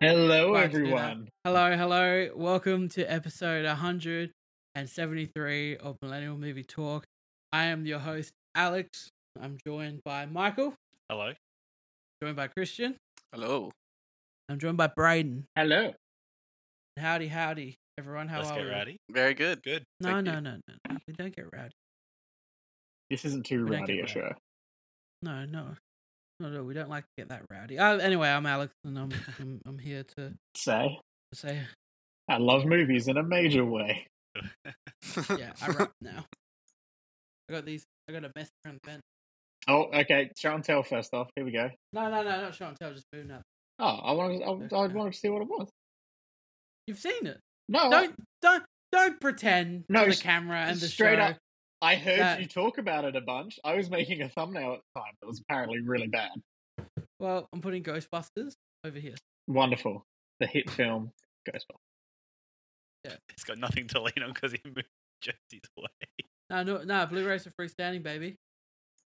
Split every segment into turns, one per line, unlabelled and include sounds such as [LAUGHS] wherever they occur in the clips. Hello,
Glad to do that.
everyone.
Hello, hello. Welcome to episode 173 of Millennial Movie Talk. I am your host, Alex. I'm joined by Michael,
Hello.
joined by Christian,
Hello.
I'm joined by Braden.
Hello.
Howdy, howdy, everyone. How
Let's
are
get
we?
rowdy.
Very good.
Good. [LAUGHS]
No,
Thank
no,
you.
no, no, no. We don't get rowdy.
This isn't too
We don't
rowdy a
get
show.
No, no. No, no, we don't like to get that rowdy. Uh, anyway, I'm Alex, and
[LAUGHS]
I'm I'm, I'm here to
Say,
say,
I love movies in a major way.
yeah, I rap now. I got these. I got a mess around the bend.
Oh, okay. Show and tell first off. Here we go.
No, no, no, not show and tell. Just moving up.
Oh, I wanted, I, I wanted to see what it was.
You've seen it.
No,
Don't don't don't pretend
No,
no, the
s-
camera and the
straight
show.
up. I heard
that-
you talk about it a bunch. I was making a thumbnail at the time that was apparently really bad.
Well, I'm putting Ghostbusters over here.
Wonderful. The hit film goes well.
He's got nothing to lean on because he [LAUGHS] moved Jesse's away.
No, no, no. Blu-rays are freestanding, baby.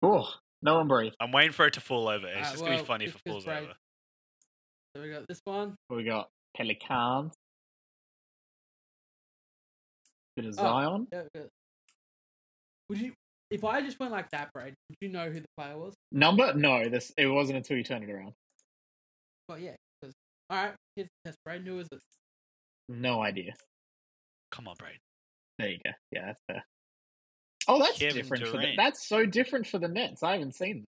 Oh, no one breathe.
I'm waiting for it to fall over. It's
Alright,
just gonna
Uh, well,
be funny if
it's
it
just
falls
right.
over.
So we got this one.
We got Pelicans. Bit of
Oh.
Zion.
Yeah, we got- Would you? If I just went like that, Brad, would you know who the player was?
Number? No, this it wasn't until you turned it around.
Well, yeah. 'cause- all right, here's the test, Brad. Who is it?
No idea.
Come on, Braid.
There you go. Yeah, that's fair. Oh, that's
Kevin
different. For the,
Durant.
that's so different for the Nets. I haven't seen them.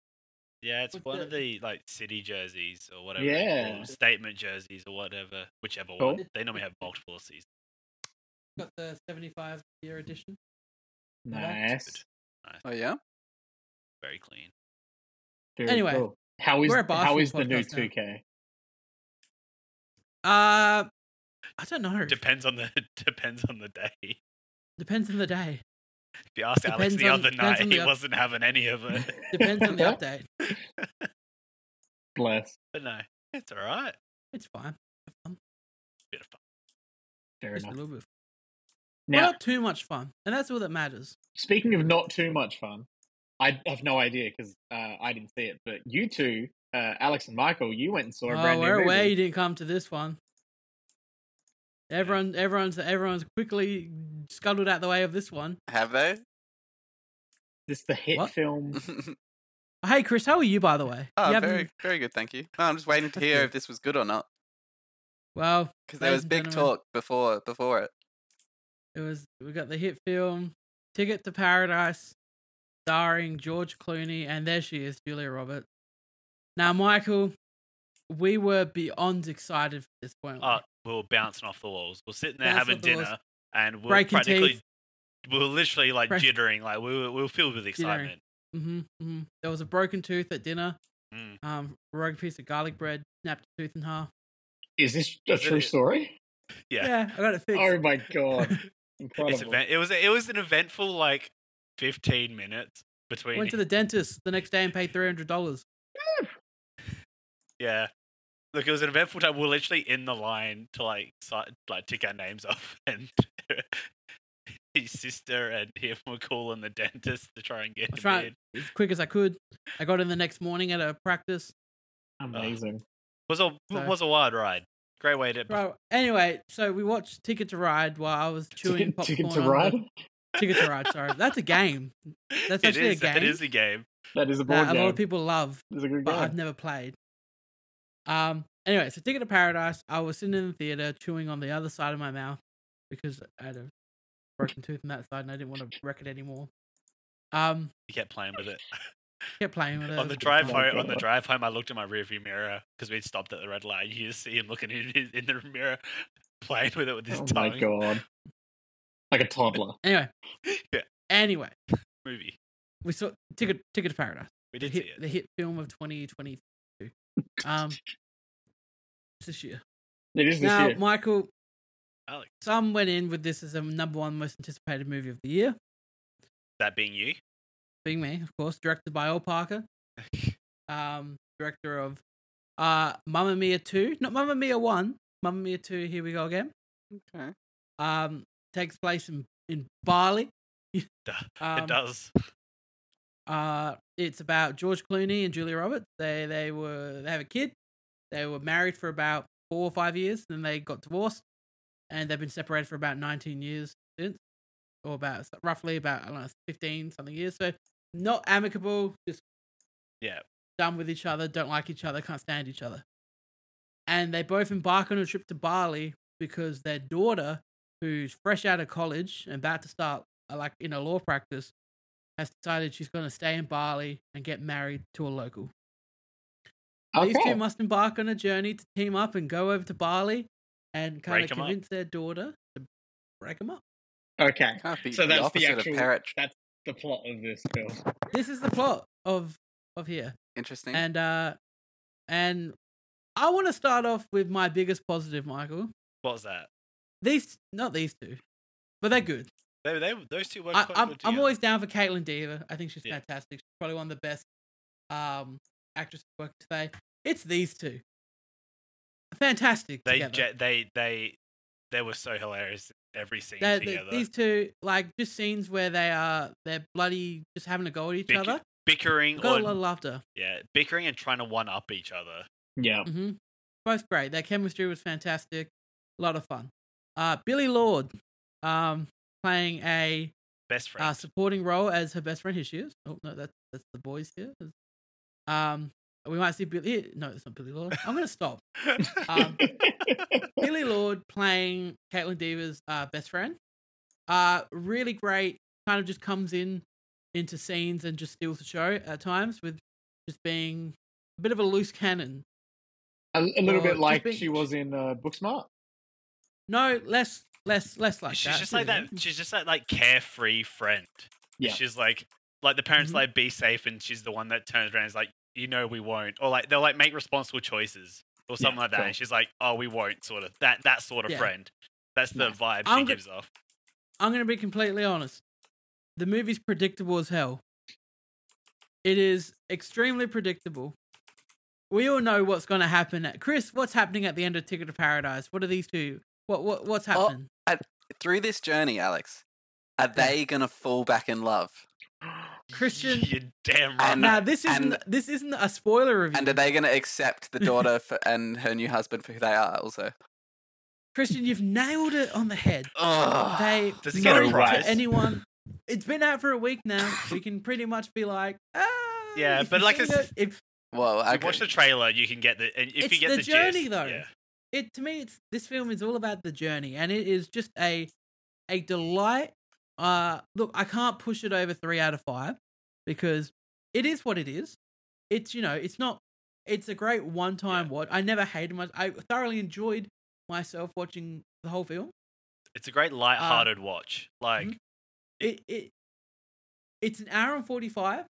Yeah, it's
With
one of
the-
the like city jerseys or whatever. they
Yeah.
call them, statement jerseys or whatever, whichever
Cool.
one. They normally have multiple seasons.
Got the 75 year edition. No, that's
Nice.
Oh yeah.
Very clean.
Very
Anyway,
cool. how is
we're a
how
basketball
is the new
podcast now.
two K?
Uh, I don't know.
Depends on the [LAUGHS] depends on the day. If
Depends on the day.
you asked Alex
Depends
the
on-
other
depends
night, [LAUGHS]
on
he
the-
wasn't having any of
[LAUGHS]
it.
[LAUGHS] Depends on the update.
Bless.
but no, it's all right.
It's fine. Um,
Bit of fun.
Fair
Just a
enough.
little bit. Of fun. Well,
Now,
not too much fun, and that's all that matters.
speaking of not too much fun, I have no idea because uh, I didn't see it. But you two, uh, Alex and Michael, you went and saw a
oh,
brand new
we're
movie.
aware you didn't come to this one. Everyone, everyone's, everyone's quickly scuttled out the way of this one.
Have they? [LAUGHS]
This the hit
What?
film.
Hey, Chris, how are you, by the way? You
oh,
haven't-
very, very good. Thank you. No, I'm just waiting to
That's
hear
good.
if this was good or not
Well,
because there
Ladies
was
and
big
gentlemen.
talk before before it.
it was we got the hit film "Ticket to Paradise," starring George Clooney, and there she is, Julia Roberts. Now, Michael, we were beyond excited for this point.
Uh, we were bouncing off the walls. We We're sitting there
Bouncing
having
off the walls.
dinner, and we we're
Breaking
practically
teeth.
we were literally like
Press-
jittering, like we were, we were filled with excitement.
hmm hmm There was a broken tooth at dinner.
Mm.
Um, rogue piece of garlic bread, snapped a tooth in half.
Is this a
Is it
true
a-
story?
Yeah.
I got it fixed.
Oh my
[LAUGHS]
god!
[LAUGHS] It's
Incredible.
event- it was it was an eventful like fifteen minutes between.
Went to the dentist the next day and paid three hundred dollars.
[LAUGHS] yeah, look, it was an eventful time. We We're literally in the line to like si- like tick our names off, [LAUGHS] and his sister and him were calling the dentist to try and get
I was
him
trying
in.
as quick as I could. I got in the next morning at a practice.
oh.
Amazing. [LAUGHS]
Was a
So-
was a wild ride. Great way to [LAUGHS]
Right. Anyway, so we watched Ticket to Ride while I was chewing
Ticket,
popcorn.
ticket to
on the-
ride.
[LAUGHS] Ticket to Ride. Sorry, that's a game That's
It
actually a
is- It
game?
is a game.
That is a [LAUGHS] board
that a
game.
lot of people love.
It's a good
but
game.
I've never played. Um. Anyway, so Ticket to Paradise. I was sitting in the theater chewing on the other side of my mouth because I had a broken tooth on that side and I didn't want to wreck it anymore. Um.
You kept playing with it.
Kept playing with it. [LAUGHS]
on the drive
Oh my
home, on the
God.
drive home, I looked in my rearview mirror because we'd stopped at the red light. You just see him looking in, his, in the mirror, [LAUGHS] playing with it
[LAUGHS]
with his
oh [LAUGHS]
tongue.
my god! Like a toddler.
Anyway.
[LAUGHS] Yeah.
Anyway,
Movie.
we saw Ticket Ticket to Paradise.
We
The
did see
hit,
it.
the hit film of 2022. Um. This year.
It is this
Now,
year.
Michael,
Alex.
some went in with this as the number one most anticipated movie of the year.
That being you, [LAUGHS]
being me, of course, directed by Earl Parker, um, director of uh, Mamma Mia 2, not Mamma Mia 1, Mamma Mia 2, here we go again.
Okay.
Um, takes place in, in Bali. [LAUGHS]
Duh,
Um,
it does.
Uh, it's about George Clooney and Julia Roberts. They they were they have a kid. They were married for about four or five years. Then they got divorced, and they've been separated for about 19 years since, or about roughly about I don't know 15 something years. So not amicable, just
Yeah.
done with each other, don't like each other, can't stand each other. And they both embark on a trip to Bali because their daughter, who's fresh out of college and about to start uh, like in a law practice, has decided she's going to stay in Bali and get married to a local. These two
Okay.
must embark on a journey to team up and go over to Bali and kind
Break
of
'em up.
convince their daughter to break them up.
Okay.
Can't be
So
the
that's the
opposite
actual-
of parrot.
That's the plot of this film.
This is the plot of of here.
Interesting.
And uh and I want to start off with my biggest positive, Michael.
What's that?
These not these two. But they're good.
They, they, those two work
I,
quite
I'm,
good
I'm
together.
always down for Caitlin Deaver. I think she's
Yeah.
fantastic. She's probably one of the best um actresses working today. It's these two. Fantastic.
They,
together.
jet they, they, they were so hilarious in every scene
They're- they-
together.
these two, like, just scenes where they are they're bloody just having a go at each
Bick-
other.
bickering
Got a lot of
on,
laughter.
yeah, bickering and trying to one up each other.
Yeah.
hmm Both great. Their chemistry was fantastic. A lot of fun. Uh, Billy Lord, um, playing a
Best friend.
uh, supporting role as her best friend. Here she is. Oh no, that's that's the boys here. Um, we might see Billy. eh, No, it's not Billy Lord. I'm gonna stop.
[LAUGHS]
[LAUGHS]
Um, Billy Lord playing Caitlin Deaver's uh, best friend. Uh, really great. Kind of just comes in into scenes and just steals the show at times with just being a bit of a loose cannon.
a, a little
Uh,
bit
just
like
being-
she was in uh, Booksmart.
No, less, less, less like
she's
that.
just like that. She's just that like carefree friend.
Yeah.
She's like, like the parents
Mhm.
like be safe, and she's the one that turns around and is like, you know, we won't, or like they'll like make responsible choices or something like that.
sure.
And she's like, oh, we won't, sort of that that sort of
Yeah.
friend. That's the
Nice.
vibe
I'm
she
go-
gives off. [LAUGHS]
I'm going to be completely honest. The movie's predictable as hell. It is extremely predictable. We all know what's going to happen. At, Chris, what's happening at the end of Ticket to Paradise? What are these two? What what what's
Oh,
happening?
Through this journey, Alex, are they gonna fall back in love?
Christian-
you're damn right.
And-
now this isn't
and-
this isn't a spoiler review.
And are they gonna accept the daughter for, and her new husband for who they are? Also,
Christian, you've nailed it on the head.
[SIGHS] oh,
They
Does it get
a
no to
prize?
anyone. It's been out for a week now. We can pretty much be like, ah,
Yeah,
if
but
you've
like
seen
it's-
it, if
well,
If
okay.
you watch the trailer, you can get the. And if
It's
you get
the
the,
journey,
gist,
though.
yeah.
it to me it's this film is all about the journey and it is just a a delight uh look i can't push it over three out of five because it is what it is it's you know it's not it's a great one time watch i never hated my i thoroughly enjoyed myself watching the whole film
It's a
Uh,
great light-hearted watch. Like
Mhm. it it it's an hour and 45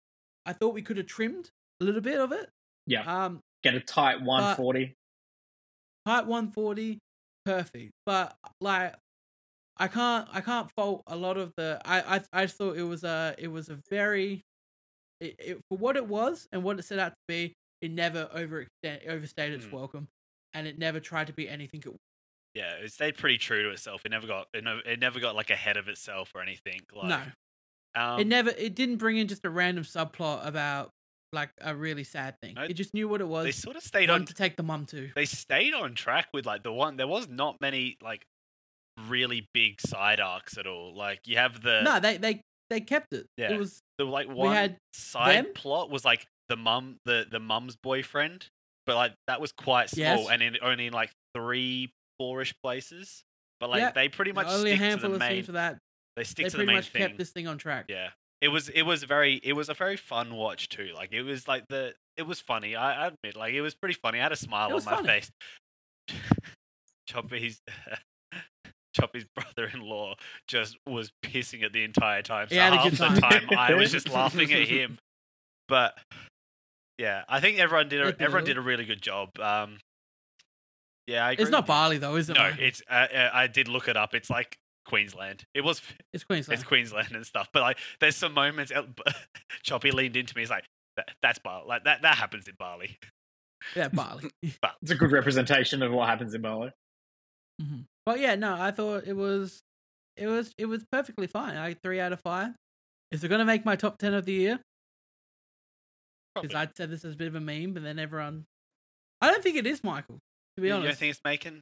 i thought we could have trimmed a little bit of it
Yeah.
um
[GASPS] Get a tight
Uh,
140.
Type 140, perfect. But like, I can't I can't fault a lot of the. I I, I just thought it was a it was a very, it, it, for what it was and what it set out to be. It never overextend, overstayed its
Mm.
welcome, and it never tried to be anything. It,
yeah, it stayed pretty true to itself. It never got it never, it never got like ahead of itself or anything. Like,
no,
um,
it never it didn't bring in just a random subplot about like a really sad thing.
No,
it just knew what it
They
was.
sort of stayed
one
on
to take the mum to.
they stayed on track with like the one there was not many like really big side arcs at all like you have the
no, they they they kept it.
Yeah.
It was
the like one
had
side
them.
plot was like the mum the the mum's boyfriend but like that was quite small
Yes.
and in only in like three fourish places but like
Yeah,
they pretty much
only a
stick to
handful
the
of
main
scenes for that.
they stick
they
to the
pretty
main
much
thing
kept this thing on track.
yeah it was it was very it was a very fun watch too like it was like the it was funny i, I admit like it was pretty funny i had a smile on
was
my
funny.
face [LAUGHS] choppy's [LAUGHS] choppy's brother-in-law just was pissing it the entire time so
He had a
half
good
the
time.
[LAUGHS]
time i was just laughing at him but yeah i think everyone did a,
Good
everyone
deal.
did a really good job um yeah I agree
It's not
with
Bali though, is
you.
it?
no
Mike?
it's uh, uh, i did look it up it's like queensland it was
It's Queensland.
it's Queensland and stuff. But like, there's some moments. el- [LAUGHS] Choppy leaned into me. He's like, that, "That's Bali. Like that. That happens in Bali."
yeah, Bali.
It's a good representation of what happens in Bali.
Mhm. But yeah, no, I thought it was, it was, it was perfectly fine. I three out of five. Is it gonna make my top ten of the year? Because
Probably.
I'd said this as a bit of a meme, but then everyone, I don't think it is, Michael. to be
you don't
honest.
think it's making?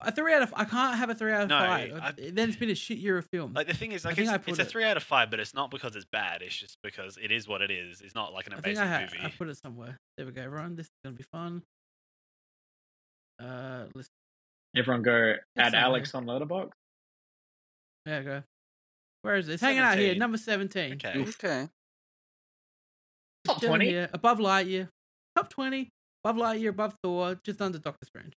a three out of I can't have a three out of
No,
five.
I-
then it's been a shit year of film.
Like the thing is,
I
like
think
it's,
I
it's
put
a
it-
three out of five, but it's not because it's bad. It's just because it is what it is. It's not like an
I think
amazing
I, ha- I
movie.
put it somewhere. There we go, everyone. This is gonna be fun. Uh, let's
Everyone go
That's
add
not
Alex on Letterbox.
there we go. Where is it? It's hanging out here,
17.
number seventeen.
Okay.
Okay.
It's
Top
down
20?
here, above Lightyear, top twenty, above Lightyear, above Thor, just under Doctor Strange.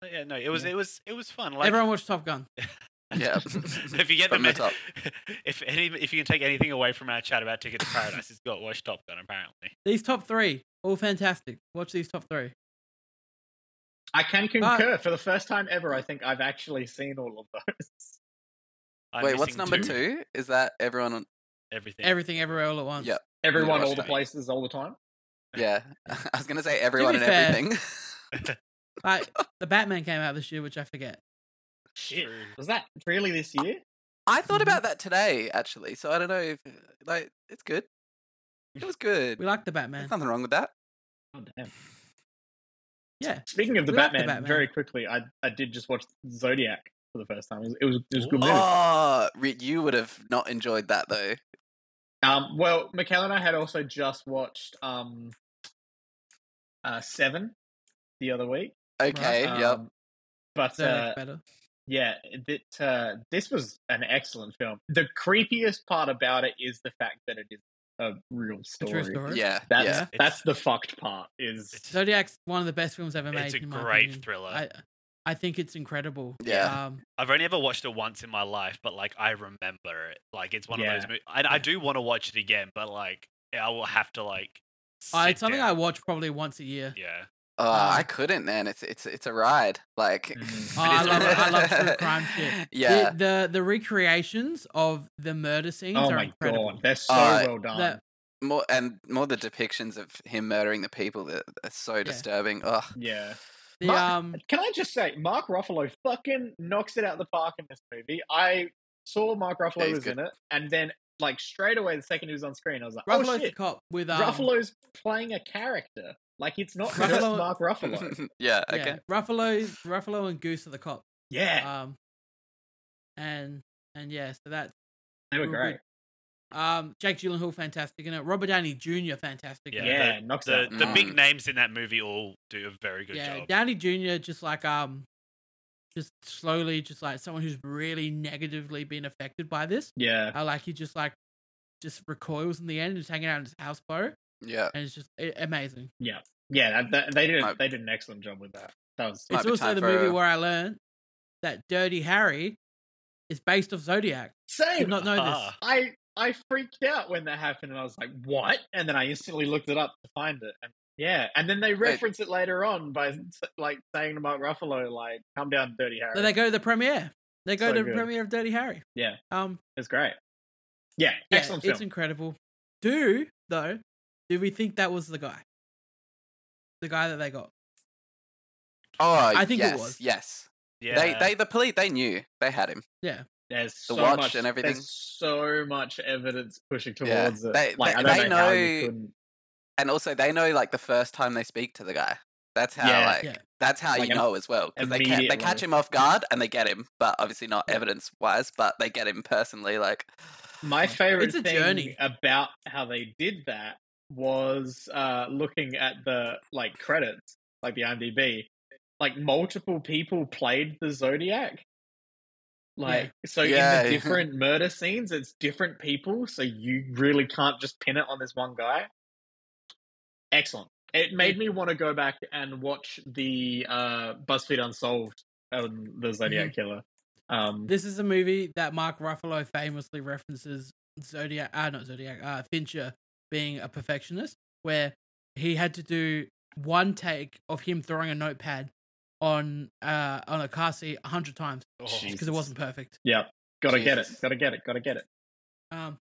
But yeah, no, it was
Yeah.
it was it was fun. Like, [LAUGHS]
Everyone watch Top Gun.
Yeah.
if you get the,
From the
me-
top.
[LAUGHS] if any if you can take anything away from our chat about Ticket to Paradise, it's got watch Top Gun apparently.
These top three, all fantastic. Watch these top three.
I
Uh,
can concur. For the first time ever, I think I've actually seen all of those. [LAUGHS]
I'm
Wait, what's
missing
number two? Is that everyone on?
Everything. [LAUGHS]
Everything, everywhere, all at once.
Yep.
Everyone,
Yeah,
all the
right.
places, all the time.
Yeah. [LAUGHS] I was gonna say everyone
be
and
fair-
everything.
Like, the Batman came out this year, which I forget.
Shit. Was that really this year?
I thought
Mhm.
about that today actually, so I don't know if uh, like it's good. It was good.
We like the
There's
Batman.
nothing wrong with that.
Oh, damn.
Yeah.
Speaking of the
We like the
Batman,
Batman.
very quickly, I I did just watch Zodiac for the first time. It was it was, it was a good movie.
Oh, Ri- you would have not enjoyed that though.
Um, well, Michael and I had also just watched um, uh, Seven the other week.
Okay.
uh,
Um,
Eh, Yep.
But
So
uh,
that's better.
yeah, it, uh, this was an excellent film. The creepiest part about it is the fact that it is a real
A
story.
true story.
Yeah.
That's
yeah.
It's-
that's the fucked part. Is
It's,
Zodiac's one of the best films ever made.
it's a
in my
great
opinion.
thriller. I,
I, I think it's incredible.
Yeah.
Um,
have only ever watched it once in my life, but like I remember it. Like it's one of
Yeah.
those movies. I, I do want to watch it again, but like I will have to like.
I,
sit
Oh, it's something I
down.
watch probably once a year.
Yeah.
Oh,
Um,
I couldn't, man. It's it's it's a ride. Like, [LAUGHS]
Mhm.
Oh, I love it. I love true crime
shit.
The-
Yeah,
The, the recreations of the murder scenes
oh
are
my
incredible.
god, they're so
Uh,
well done.
That-
more and more the depictions of him murdering the people that are so disturbing. Ugh.
yeah.
The,
My-
um,
Can I just say, Mark Ruffalo fucking knocks it out the park in this movie. I saw Mark Ruffalo
Yeah, he's
was in it, and then like straight away, the second he was on screen, I was like,
Ruffalo's
oh
the
shit,
cop with um,
Ruffalo's playing a character. Like it's not just
Ruffalo-
Mark Ruffalo.
[LAUGHS]
[LAUGHS] yeah.
yeah,
Okay.
Ruffalo, Ruffalo and Goose are the cops.
yeah,
Um, and and yeah, so that's
they were
real
great.
um Jake Gyllenhaal fantastic in it. Robert Downey Jr. fantastic.
Yeah,
in it.
Yeah,
knocks it
The
out.
the big
Mm.
names in that movie all do a very good
yeah,
job.
Downey Jr. just like um, just slowly, just like someone who's really negatively been affected by this.
Yeah,
I like he just like just recoils in the end, just hanging out in his houseboat,
Yeah.
and it's just a- amazing.
yeah. That, that, they did
Might-
they did an excellent job with that. That was
Might
it's
be
also
time
the
for
movie
a-
where I learned that Dirty Harry is based off Zodiac. Did
same.
not know
[LAUGHS]
this.
Ah.
I I freaked out when that happened, and I was like, "What?" And then I instantly looked it up to find it. And yeah, and then they reference it later on by like saying to Mark Ruffalo, "Like, come down, Dirty Harry."
So they go to the premiere. They go
So
to the
good.
premiere of Dirty Harry.
Yeah.
Um,
it's great. Yeah,
Yeah,
excellent
it's
film.
incredible. Do though, do we think that was the guy? The guy that they got.
Oh,
I think it
yes,
was.
Yes.
yeah.
They they the police they knew they had him.
Yeah.
there's
The
so
watch
much
and everything.
There's so much evidence pushing
Yeah,
towards it.
they-
like
they-
I
they
don't know, how you
know-
couldn't-
and also they know like the first time they speak to the guy. That's how
Yeah.
like
Yeah.
that's how
Like,
you
im-
know as well because they ca- they catch
immediately.
him off guard and they get him, but obviously not evidence wise, but they get him personally. Like
My favorite
It's a
thing
journey.
about how they did that was uh, looking at the like credits, like the IMDb. Like multiple people played the Zodiac. Like so, in
Yeah.
the different murder scenes, it's different people. So you really can't just pin it on this one guy. Excellent. It made me want to go back and watch the uh, BuzzFeed Unsolved, um, the Zodiac Killer. Um,
Mm-hmm. This is a movie that Mark Ruffalo famously references Zodiac ah not Zodiac, uh Fincher being a perfectionist, where he had to do one take of him throwing a notepad on uh on a car seat a hundred times
Oh,
Jeez.
because it wasn't perfect.
yeah, gotta get it.
Jesus.
Gotta get it. Gotta get it.
Um,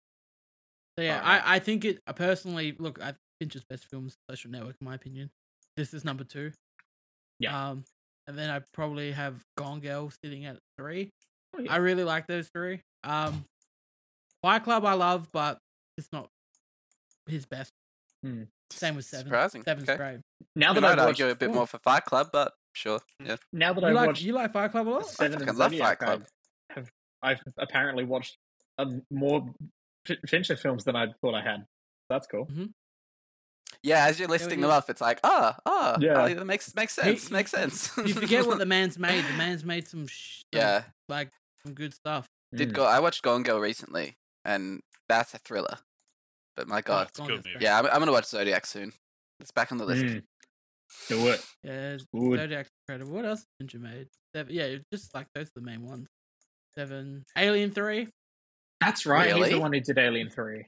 so yeah,
Alright.
I, I think it. I personally look. I Fincher's best films, Social Network, in my opinion. This is number two.
Yeah.
Um, and then I probably have Gone Girl sitting at three.
Oh, yeah.
I really like those three. Um, Fight Club I love, but it's not his best.
Hmm.
Same with seven.
Surprising.
Seven's
Mm, okay.
great.
Now
I
that
might
I've watched,
argue a bit more for Fight Club, but sure.
Hmm.
Yeah.
now that
You
I've
like,
watched
you like Fire Club a lot?
Seven
fucking
and
love
Zodiac,
Fight Club.
I've, have- I've apparently watched um, more F- Fincher films than I thought I had. That's cool.
Yeah, as you're listing them
yeah.
off, it's like, ah, ah,
Yeah.
yeah. that makes makes sense,
you-
makes sense. [LAUGHS]
You forget what the man's made. The man's made some sh- some,
yeah,
like some good stuff.
did
Mm.
go. I watched Gone Girl recently, and that's a thriller. But
Oh,
my god,
it's a good
Gone Girl.
movie.
yeah, I'm, I'm gonna watch Zodiac soon. It's back on the list.
Mm. Do it.
Yeah, it's-
Good.
Zodiac's incredible. What else has Ninja made? Seven, yeah, it's just like those are the main ones. Seven, Alien Three.
That's right. He's
Really?
the one who did Alien Three.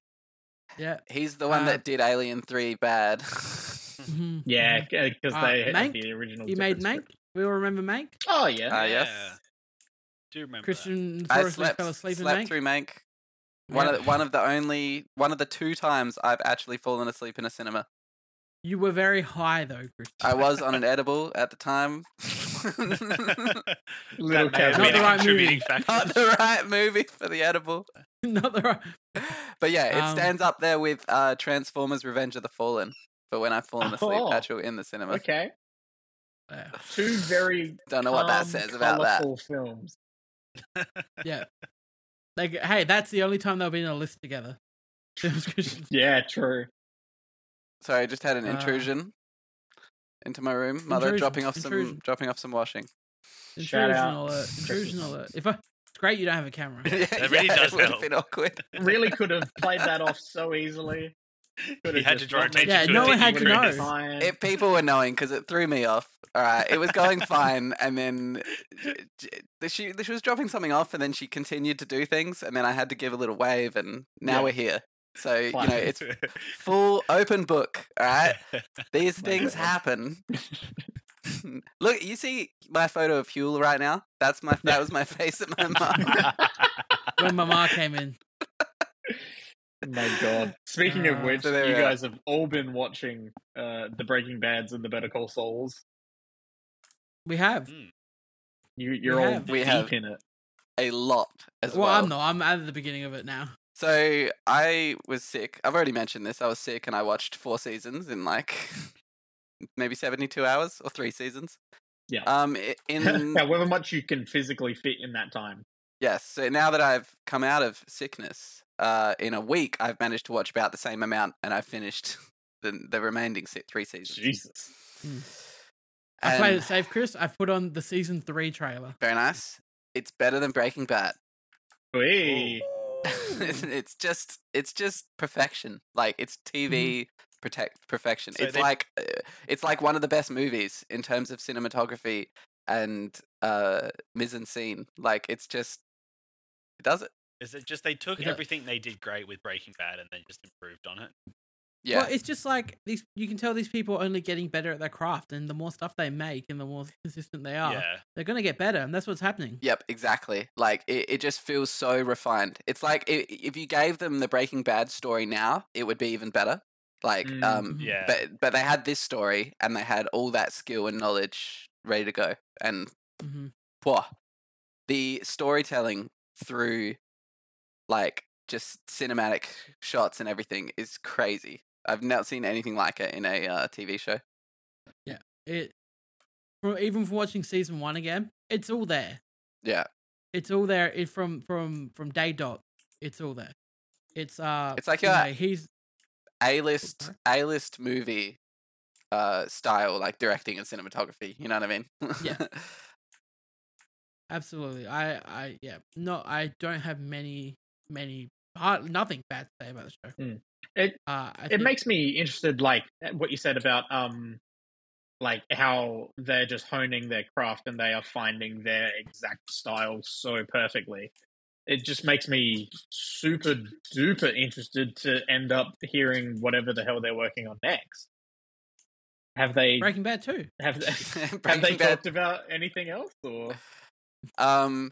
Yeah.
He's the one
Uh,
that did Alien Three bad. [LAUGHS]
Mhm.
Yeah, because
Uh,
they had
Mank?
the original.
He made
different
Mank.
script.
We all remember Mank.
Oh yeah.
Ah, yes.
Do remember
[LAUGHS]
Christian
I
Sorosu
slept,
fell asleep in
slept
Mank.
through Mank. One
Yeah.
of the, one of the only one of the two times I've actually fallen asleep in a cinema.
You were very high though, Christian. [LAUGHS]
I was on an edible at the time.
that.
Little
that
Not the
may have been a
right
Kevin.
contributing factor.
Not the right movie for the edible.
Not the right.
But yeah, it
Um,
stands up there with uh, Transformers: Revenge of the Fallen. But when I've fallen asleep,
Oh.
actual in the cinema.
Okay,
Yeah.
two very
Don't know what that
calm,
says about that.
colourful films.
yeah. Like, hey, that's the only time they'll be in a list together. [LAUGHS] Films,
[LAUGHS]
Christian.
Yeah, true.
Sorry, I just had an
Uh,
intrusion into my room. Mother
Intrusion,
dropping off some
intrusion.
dropping off some washing.
Shout
Intrusion
out.
alert. Intrusion alert. If I, it's great you don't have a camera.
[LAUGHS] yeah,
That really
yeah,
does
it would have
help.
been awkward.
Really could have played that off so [LAUGHS] easily. Could
You
have
had to
just
draw
not
attention
mentioned
to Yeah, it, no one
it,
had to
would have been
know.
fine.
If people were knowing, because it threw me off. All right, it was going fine, and then j- j- she she was dropping something off, and then she continued to do things, and then I had to give a little wave, and now
Yeah.
we're here. So you know,
Fine.
[LAUGHS]
it's full open book. All right, These
My
things
God.
happen. [LAUGHS] Look, you see my photo of Huel right now? That's my that was my face at my mum.
[LAUGHS] When my ma came in,
My God. Speaking of
Uh,
which,
So
you
there we are.
guys have all been watching uh, the Breaking Bad's and the Better Call Souls.
we have.
You, you're all
have.
deep
We have.
in it. [LAUGHS]
a lot as
Well,
well.
I'm not. I'm at the beginning of it now.
So I was sick. I've already mentioned this. I was sick and I watched four seasons in like [LAUGHS] maybe 72 hours or three seasons.
Yeah.
Um i-
[LAUGHS]
in
However much you can physically fit in that time.
yes, so now that I've come out of sickness, uh in a week I've managed to watch about the same amount and I finished [LAUGHS] the the remaining se- three seasons. [SIGHS]
Jesus.
I played
And-
it safe, Chris. I've put on the season three trailer.
Very nice. It's better than Breaking Bad.
Wee.
[LAUGHS]
[LAUGHS]
it's just it's just perfection. Like it's TV protect perfection.
Mm-hmm. So
it's
they-
like uh, it's like one of the best movies in terms of cinematography and uh mise en scene. Like it's just it does it.
Is it just they took
Is that-
everything they did great with Breaking Bad and then just improved on it?
Yeah.
Well, it's just like these. You can tell these people are only getting better at their craft, and the more stuff they make, and the more consistent they are,
Yeah.
they're gonna get better, and that's what's happening.
Yep, exactly. Like it, it just feels so refined. It's like i if you gave them the Breaking Bad story now, it would be even better. Like
Mm.
um
Mm-hmm.
Yeah.
but but they had this story and they had all that skill and knowledge ready to go and
hmm
Pwah. the storytelling through like just cinematic shots and everything is crazy i've not seen anything like it in a uh, tv show
It, from even from watching season one again, it's all there.
yeah
It's all there. It from from from day dot. It's all there. It's uh.
It's like
you
a-
know, he's
a-list a-list movie uh style like directing and cinematography you know what i mean [LAUGHS]
[LAUGHS]
Yeah. Absolutely. I, I, yeah. No, I don't have many, many, hard, nothing bad to say about the show.
Hmm.
Mm. It-
uh, I
It
think-
makes me interested, like, at what you said about, um, like, how they're just honing their craft and they are finding their exact style so perfectly. It just makes me super duper interested to end up hearing whatever the hell they're working on next. Have they
Breaking Bad too. [LAUGHS]
have they, [LAUGHS] have they
Breaking Bad
talked about anything else
[SIGHS]
or
um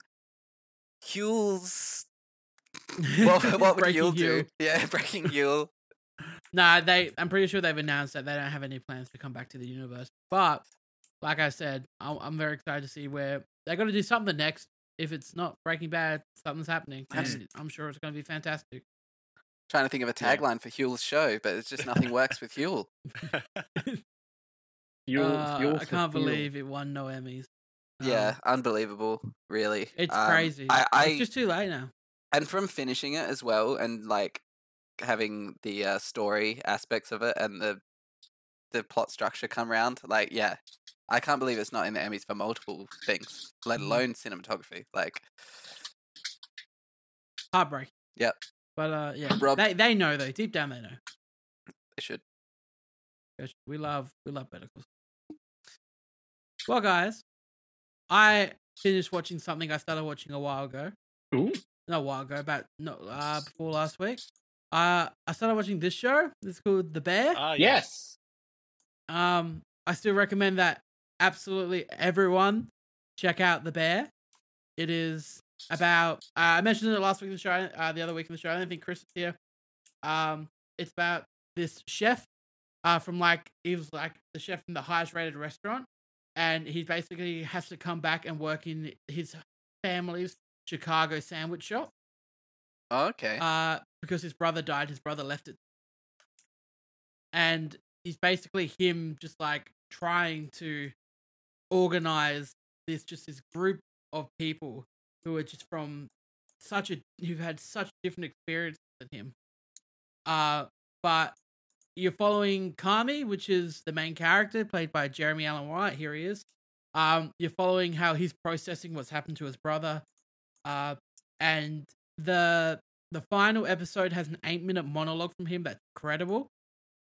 Huel's
[LAUGHS]
what, [LAUGHS] what
[LAUGHS]
would
Breaking
Huel do?
Huel.
Yeah, [LAUGHS] Breaking Huel.
Nah, they. I'm pretty sure they've announced that they don't have any plans to come back to the universe. But like I said, I'm, I'm very excited to see where they're going to do something next. If it's not Breaking Bad, something's happening.
Abs-
and I'm sure it's going to be fantastic.
trying to think of a
Yeah.
tagline for Huel's show, but it's just nothing
[LAUGHS]
works with Huel.
Fuel,
Uh,
fuel
I
for
can't
fuel.
believe it won no Emmys. Um,
Yeah, unbelievable, really.
It's
Um,
crazy.
I, I
It's just too late now.
and from finishing it as well, and like having the uh, story aspects of it and the the plot structure come round, like yeah, I can't believe it's not in the Emmys for multiple things, let
Mhm.
alone cinematography. Like,
Heartbreak.
Yep.
But uh, yeah,
Rob-
they they know though. Deep down, they know.
it should.
Yes, We love we love Better Call Saul. Well, guys, I finished watching something I started watching a while ago.
Ooh,
Not a while ago, about not uh, before last week. Uh, I started watching this show. It's called The Bear.
Ah, yeah.
yes.
Um, I still recommend that absolutely everyone check out The Bear. It is about uh, I mentioned it last week in the show, uh, the other week in the show. I don't think Chris is here. Um, it's about this chef uh, from like he was like the chef from the highest rated restaurant, and he basically has to come back and work in his family's Chicago sandwich shop
Oh, okay.
uh, because his brother died, his brother left it. And he's basically him just like trying to organize this just this group of people who are just from such a who've had such different experiences than him. Uh but you're following Kami, which is the main character played by Jeremy Allen White. Here he is. Um, you're following how he's processing what's happened to his brother. Uh, and the the final episode has an eight minute monologue from him that's incredible.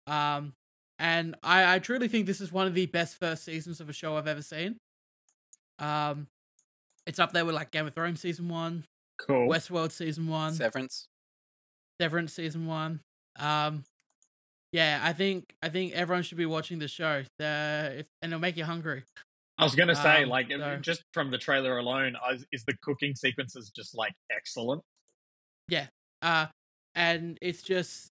Um, and I, I truly think this is one of the best first seasons of a show I've ever seen. Um, it's up there with like Game of Thrones season one,
Cool.
Westworld season one,
Severance.
Severance season one. Um, yeah, I think I think everyone should be watching the show. The, if, and it'll make you hungry.
I was gonna say,
Um,
like,
so-
just from the trailer alone, I, is the cooking sequences just like excellent?
Uh, and it's just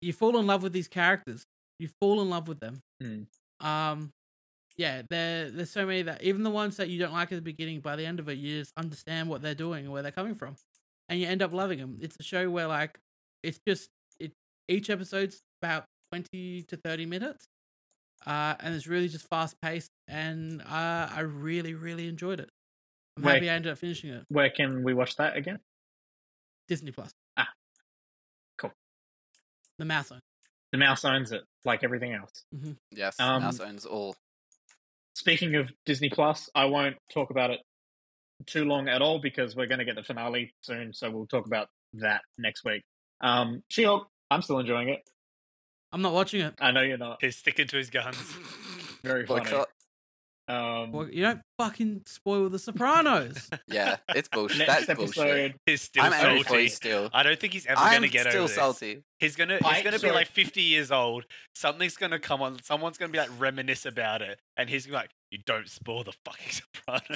you fall in love with these characters. You fall in love with them.
Mm.
Um, yeah, there there's so many that even the ones that you don't like at the beginning, by the end of it, you just understand what they're doing and where they're coming from, and you end up loving them. It's a show where like it's just it each episode's about twenty to thirty minutes, uh, and it's really just fast paced, and uh, I really really enjoyed it. I'm
Wait.
happy I ended up finishing it.
Where can we watch that again?
Disney Plus.
Ah. Cool.
The mouse one.
The mouse owns it, like everything else.
Yes,
Um,
mouse owns all.
Speaking of Disney Plus, I won't talk about it too long at all because we're gonna get the finale soon, so we'll talk about that next week. Um, She-Hulk, I'm still enjoying it.
I'm not watching it.
I know you're not.
He's sticking to his guns. [LAUGHS]
Very funny.
[LAUGHS]
Well,
Boycott.
Um,
you don't fucking spoil
[LAUGHS]
The Sopranos.
Yeah, it's bullshit.
next
That's bullshit.
episode,
He's still
I'm angry for you
salty.
still.
I don't think he's ever
I'm
gonna get
still
over this.
salty.
He's gonna he's
I-
gonna
sorry.
be like fifty years old. Something's gonna come on. Someone's gonna be like reminisce about it, and he's gonna be like, "You don't spoil the fucking [LAUGHS]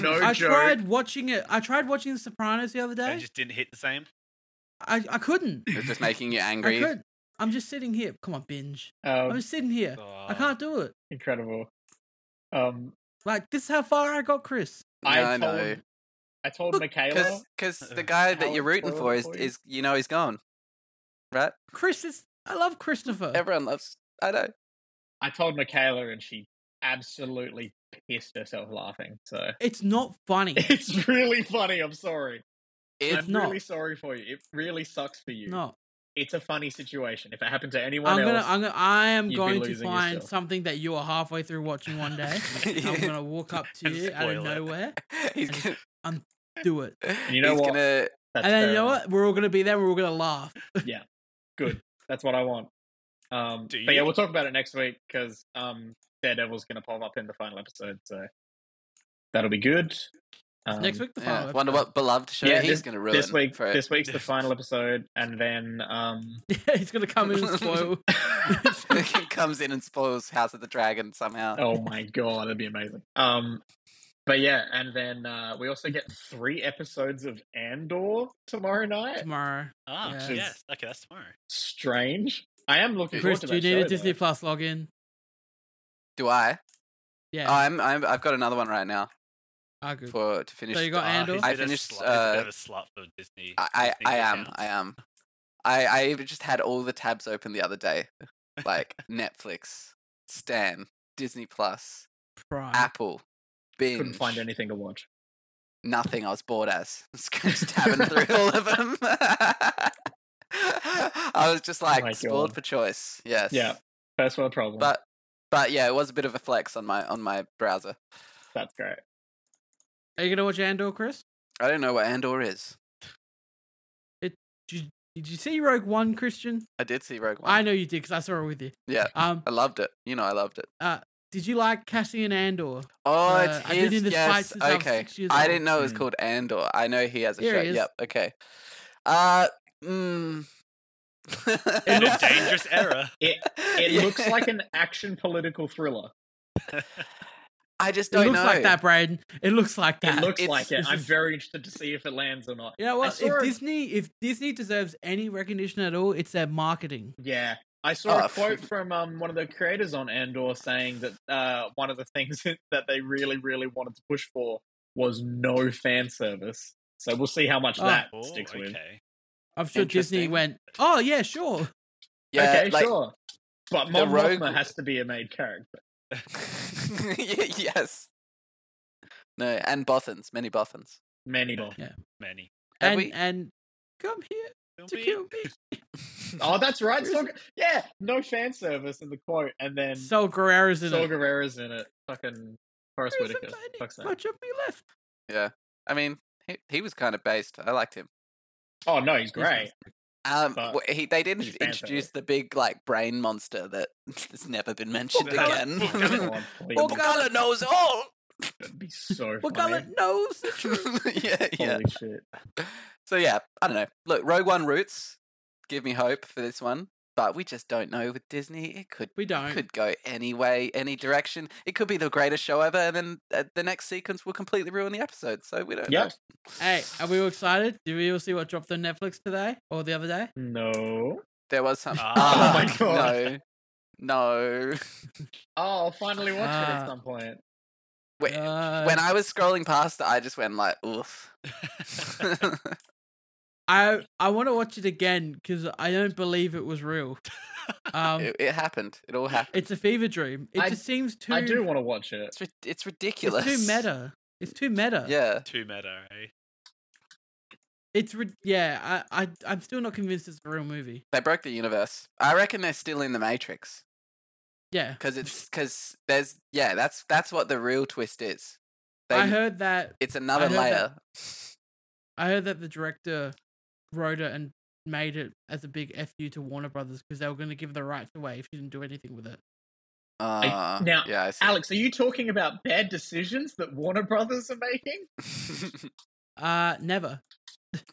[LAUGHS]
no
I
joke.
tried watching it. I tried watching The Sopranos the other
and
day.
it just didn't hit the same.
I,
[CLEARS THROAT]
I couldn't.
It's just making you
I
angry.
could. I'm just sitting here. Come on, binge. I'm
Um,
just sitting here. I
Oh.
can't do it.
incredible. Um,
Like this is how far I got, Chris.
I
I know.
told, I told
Look,
Michaela.
Because
[LAUGHS]
the guy that you're
Howard
rooting for
Boyle
is,
for you.
is you know he's gone, right?
Chris is. I love Christopher.
Everyone loves. I know. [LAUGHS]
I told Michaela, and she absolutely pissed herself laughing. So [LAUGHS]
it's not funny.
it's really funny. I'm sorry.
It,
I'm
not.
really sorry for you. It really sucks for you.
No,
It's a funny situation. If it happened to anyone
I'm gonna.
else,
I'm gonna. I am
you'd be
going to
losing
find
yourself.
something that you are halfway through watching one day.
[LAUGHS]
I'm gonna walk up to
And
you out of
spoil it.
nowhere.
[LAUGHS]
he's
just-
gonna.
Do it.
you know
he's
what? Oh,
gonna.
that's
and then
fair
you know
enough.
what? We're all gonna be there. We're all gonna laugh.
That's what I want. Um,
Do
but yeah,
you?
we'll talk about it next week because um, Daredevil's going to pop up in the final episode, so that'll be good. Um,
Next week, the final.
Yeah, wonder
episode.
what beloved show
Yeah,
he's
this-
gonna ruin
this week,
for it.
this week's the
[LAUGHS]
final episode, and then um,
Yeah, he's gonna come
[LAUGHS]
in and spoil.
[LAUGHS]
he comes in and spoils House of the Dragon somehow.
oh my god, that'd be amazing. Um, but yeah, and then uh, we also get three episodes of Andor tomorrow night.
tomorrow.
Ah,
Yeah.
yes. Okay, that's tomorrow.
Strange. I am looking forward
Chris,
to
do you
that
need
show,
a Disney
though.
Plus login?
Do I?
Yeah,
Oh, I'm, I'm. I've got another one right now
I agree.
for to finish.
So you got
Ah,
Andor.
he's
I
a bit of
finished,
slut- he's a
uh,
[LAUGHS] bit of a slut for Disney.
I, I,
Disney
I am.
accounts.
I am. I I even just had all the tabs open the other day,
[LAUGHS]
like Netflix, Stan, Disney Plus,
Prime.
Apple, Binge.
Couldn't find anything to watch.
Nothing. I was bored as [LAUGHS] just kinda just tabbing through all
[LAUGHS]
of them. [LAUGHS] I was
Oh
just like
my
spoiled
God.
for choice. Yes.
Yeah. First world problem.
But but yeah, it was a bit of a flex on my on my browser.
That's great.
Are you gonna watch Andor, Chris?
I don't know what Andor is.
Did you, did you see Rogue One, Christian?
I did see Rogue One.
I know you did because I saw it with you.
Yeah.
Um,
I loved it. You know, I loved it.
did you like Cassian Andor?
Oh,
Uh,
it's
I've been in
his.
this fight
yes.
since I was
Okay.
six years
I
old. Hmm.
didn't know it was
Mm.
called Andor. I know he has a
Here
show.
he is.
Yep. Okay. Uh. Mm.
In a
[LAUGHS]
dangerous era.
It
Yeah.
looks like an action political thriller.
I just
It
don't
looks
know.
like that, Braden. It looks like that.
It looks
it's-
like it.
this
I'm
is-
very interested to see if it lands or not.
You know
I
what?
saw
If
a-
Disney, if Disney deserves any recognition at all, it's their marketing.
Yeah. I saw
Oh,
a
f-
quote from um, one of the creators on Andor saying that uh, one of the things [LAUGHS] that they really, really wanted to push for was no fan service. So we'll see how much
Oh.
that
Oh,
sticks with.
okay.
I'm sure Disney
Interesting.
went, "Oh yeah, sure."
Yeah,
okay,
like,
sure. But Mon
rogue-
Mothma has to be a main character.
[LAUGHS] Y- yes. No, and boffins, many boffins.
Many more.
Many.
Have
and
we-
and come here
Kill
to
me.
kill me.
Oh, that's right. Sol- yeah, no fan service in the quote. And then Sol
Sol Guerrero's in it.
Guerrera's in it. Fucking Forrest
There isn't
Whitaker.
any
Fuck's sake.
much of me left.
I mean, he, he was kind of based. I liked him.
Oh, no, he's great.
Um,
But
wh- he, they didn't
he's fan
introduce the big like brain monster that [LAUGHS] has
[LAUGHS]
never been mentioned
Gullet.
again.
Oh,
[LAUGHS]
Gullet.
Unbelievable.
Oh, Gullet
[LAUGHS]
knows all. [LAUGHS]
That'd be so
But
funny.
Gullet
[LAUGHS]
knows the truth.
yeah, yeah.
Holy shit.
So yeah, I don't know. Look, Rogue One roots give me hope for this one, but we just don't know with Disney. It could
We don't.
could go any way, any direction. It could be the greatest show ever, and then uh, the next sequence will completely ruin the episode. So we don't.
Yep.
know.
Hey, are we all excited? Did we all see what dropped on Netflix today or the other day?
No.
[SIGHS] there was some.
Oh
Ah.
[LAUGHS]
my God.
No, no.
Oh, I'll finally watch it
Ah.
at some point.
Wait,
Uh,
when I was scrolling past, it, I just went like, oof.
I I want to watch it again because I don't believe it
[LAUGHS]
was real. [LAUGHS] Um,
[LAUGHS] it, it happened. It all happened.
it's a fever dream. It
I-
just seems too.
I do want to watch it.
It's, ri- it's
it's
ridiculous.
too meta. It's too meta.
Yeah.
[LAUGHS] Too meta, eh?
It's re- yeah. I I I'm still not convinced it's a real movie.
They broke the universe. I reckon they're still in the Matrix
Yeah.
because it's because there's yeah that's that's what the real twist is. They,
I heard that.
it's another
heard
layer.
that- I heard that the director wrote it and made it as a big fu to Warner Brothers because they were going to give the rights away if you didn't do anything with it.
Uh,
now,
yeah, I see.
Alex, are you talking about bad decisions that Warner Brothers are making?
Uh, never.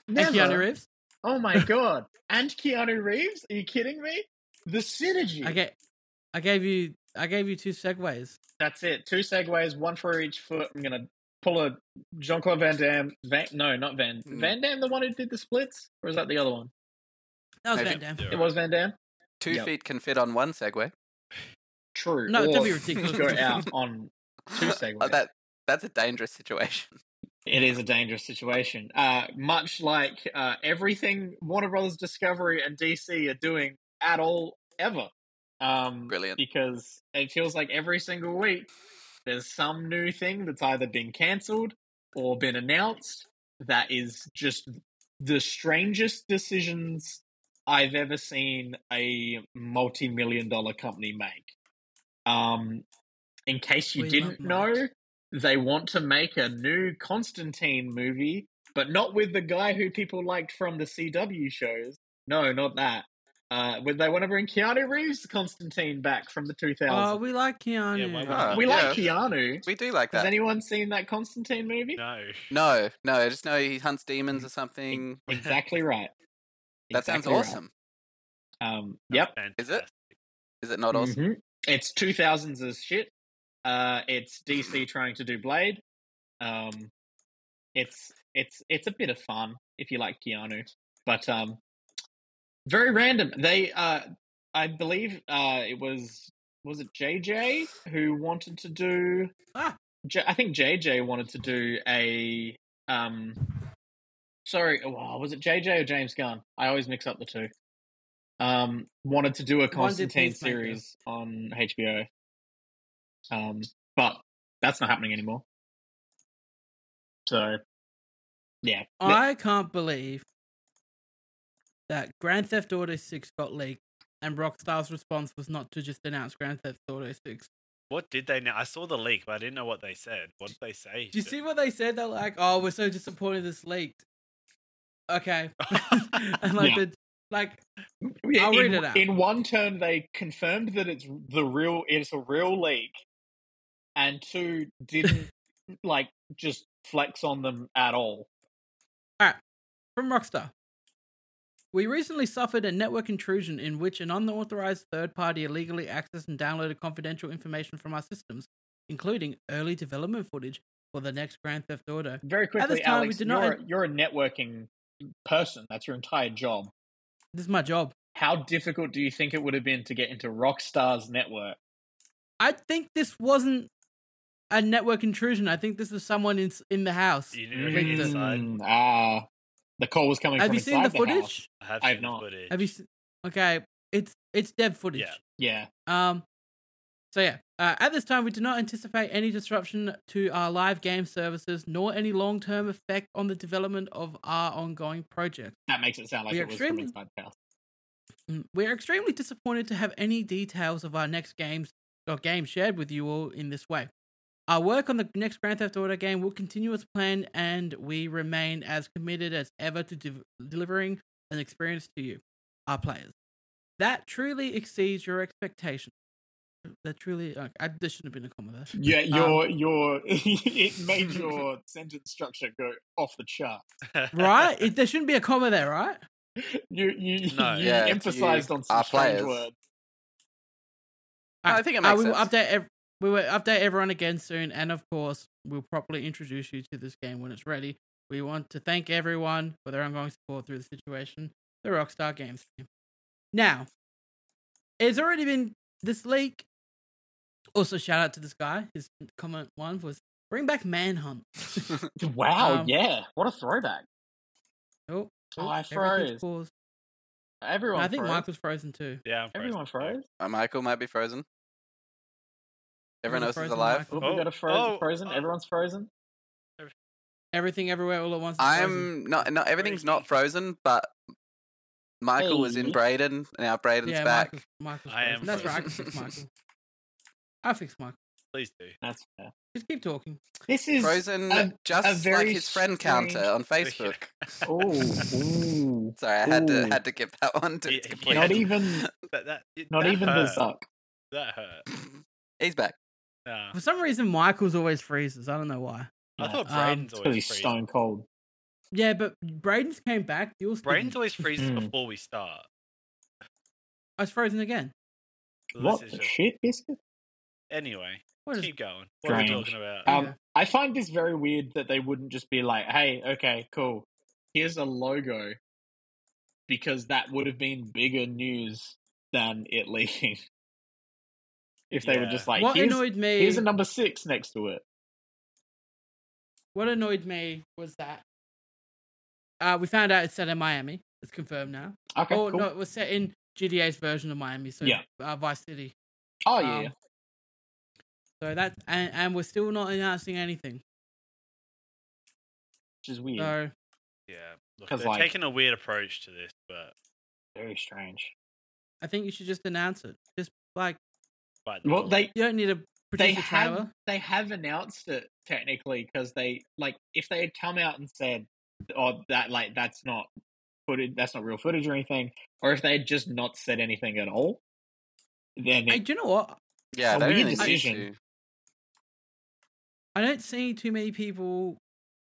And Keanu
Never.
Reeves.
Oh
[LAUGHS]
my god. And Keanu Reeves? Are you kidding me? The synergy.
I get. I gave you. I gave you two segues.
That's it. Two segues, one for each foot. I'm gonna pull a Jean Claude Van Damme. Van, no, not Van.
Hmm.
Mm.
Van Damme, the one who did the splits, or is that the other one?
That was
Maybe.
Van Damme.
Do
It was Van Damme.
[LAUGHS] Two
Yep.
feet can fit on one segue.
True.
No,
Or
that'd be ridiculous.
[LAUGHS] go out on
[LAUGHS]
two segues.
Oh, that that's a dangerous situation. [LAUGHS]
It is a dangerous situation. Uh, much like uh, everything Warner Brothers Discovery and DC are doing at all ever. Um,
Brilliant.
Because it feels like every single week there's some new thing that's either been cancelled or been announced that is just the strangest decisions I've ever seen a multi million dollar company make. Um, in case you
We
didn't
love
know, they want to make a new Constantine movie, but not with the guy who people liked from the CW shows. No, not that. Uh, when they want to bring Keanu Reeves Constantine back from the 2000s.
Oh, we like
Yeah,
Keanu.
why would
Ah,
you
we
do
like
that?
Keanu.
We do like
Has
that.
anyone seen that Constantine movie?
[LAUGHS]
[LAUGHS]
No.
No, no, I just know he hunts demons or something.
Exactly right.
That sounds
Mm-hmm. E-, Exactly right.
awesome.
Um, yep.
Is it?
Fantastic.
Is it not awesome?
Mhm. It's 2000s as shit. Uh, it's DC trying to do Blade. Um, it's it's it's a bit of fun if you like Keanu, but um, very random. They uh, I believe uh, it was was it JJ who wanted to do.
Ah.
J- I think JJ wanted to do a um sorry, oh, was it JJ or James Gunn? I always mix up the two. Um, wanted to do a Constantine
Peacemaker.
series on HBO. Um, but that's not happening anymore. So, yeah,
I can't believe that Grand Theft Auto 6 got leaked and Rockstar's response was not to just announce Grand Theft Auto 6.
What did they know? I saw the leak, but I didn't know what they said. What did they say?
Do you see what they said? They're like, oh, we're so disappointed this leaked.
[LAUGHS]
Okay. [LAUGHS] and like,
Yeah.
the, like,
Yeah,
I'll
in,
read it out.
In one turn, they confirmed that it's the real, it's a real leak, and two
[LAUGHS]
didn't like just flex on them at all.
from Rockstar. We recently suffered a network intrusion in which an unauthorized third party illegally accessed and downloaded confidential information from our systems, including early development footage for the next Grand Theft Auto.
Very
this
quickly,
time, we
Alex,
did not
you're, you're a networking person. That's your entire job.
This is my job.
How difficult do you think it would have been to get into Rockstar's network?
I think this wasn't a network intrusion. I think this was someone in in the house.
You knew it
Mm.
inside.
Mm, Ah, the call was coming
Have
from
you seen the
inside the
footage?
house.
I have,
I have
seen
not.
The footage.
Have you? se- Okay, it's it's dev footage.
Yeah.
Yeah,
Um, so yeah, uh, at this time, we do not anticipate any disruption to our live game services, nor any long-term effect on the development of our ongoing project.
that makes it sound like
We are
it was from
extremely-
inside
[LAUGHS]
the house.
Mm, We are extremely disappointed to have any details of our next games or game shared with you all in this way. Our work on the next Grand Theft Auto game will continue as planned, and we remain as committed as ever to de- delivering an experience to you, our players, that truly exceeds your expectations. That truly, okay, I, this shouldn't have been a
[LAUGHS]
comma there.
Yeah, your your [LAUGHS] it
[LAUGHS]
made your sentence structure go off the chart.
[LAUGHS]
right? It, there shouldn't be a comma there, right?
You [LAUGHS] you,
No.
you
Yeah,
emphasized
you-
on some
our
strange
players.
words.
No, I think it
Uh,
makes
we will
sense.
update. Ev- we will update everyone again soon, and of course, we'll properly introduce you to this game when it's ready. We want to thank everyone for their ongoing support through the situation. The Rockstar Games team. Now, it's already been this leak. Also, shout out to this guy. His comment one was bring back Manhunt.
[LAUGHS]
Wow,
Um,
yeah, what a throwback!
Oh,
Oh, I
everything's
froze.
paused.
Everyone,
I think
froze.
Mike was frozen too.
yeah. I'm frozen.
Everyone froze.
Uh, Michael might be frozen.
Everyone
Everyone else is
frozen,
alive.
Michael.
Oh,
Oh,
we got a fro-
oh,
frozen.
oh.
Everyone's frozen.
Everything, everywhere, all at once. is frozen.
I'm not. Not everything's not frozen, but Michael was in
Hey.
Braden. Now Braden's
yeah,
back.
Michael's, Michael's
I
frozen.
am
That's right. I can
frozen. [LAUGHS]
fix Michael. I fix Michael.
Please do.
That's fair.
Just keep talking.
This is
Frozen,
a-
just
a
like
very
his friend
strange-
counter on Facebook.
[LAUGHS]
Oh, ooh.
Sorry, I had to
Ooh.
had to give that one to
Yeah,
its
yeah.
complete.
not even
[LAUGHS] That, that, it-
not
that
even
hurt.
the Zuck.
That hurt.
e
[LAUGHS] He's back.
Nah.
For some reason, Michael's always freezes. I don't know why.
I
No.
Um,
thought Braden's
It's because
always
he's
freezes.
stone cold.
Yeah, but Braden's came back. Yours
Braden's
Braden's
always freezes
Mm.
before we start.
I was frozen again.
So
What
This
the
is just...
shit, biscuit?
Anyway,
What is
keep going. What are we
Strange.
talking about?
Um,
Yeah.
I find this very weird that they wouldn't just be like, "Hey, okay, cool. Here's a logo," because that would have been bigger news than it [LAUGHS] leaking. if they were
Yeah.
just like,
what
"Here's,
annoyed me?
here's a number six next to it."
what annoyed me was that uh, we found out it's set in Miami. It's confirmed now.
Okay,
oh
cool.
no, it was set in GDA's version of Miami. So
Yeah.
uh, Vice City.
oh yeah,
Um, So that and, and we're still not announcing anything.
which is weird.
So
Yeah. Look,
'Cause,
they're
like-
taking a weird approach to this, but
Very strange.
I think you should just announce it. Just like
but
Well, they
you don't need to
they
produce a trailer.
have they have announced it technically because they like if they had come out and said, "Oh, that like that's not footage, that's not real footage or anything," or if they had just not said anything at all, then
Hey,
it,
do you know what?
Yeah,
A
they
weird
really need
decision.
to.
I don't see too many people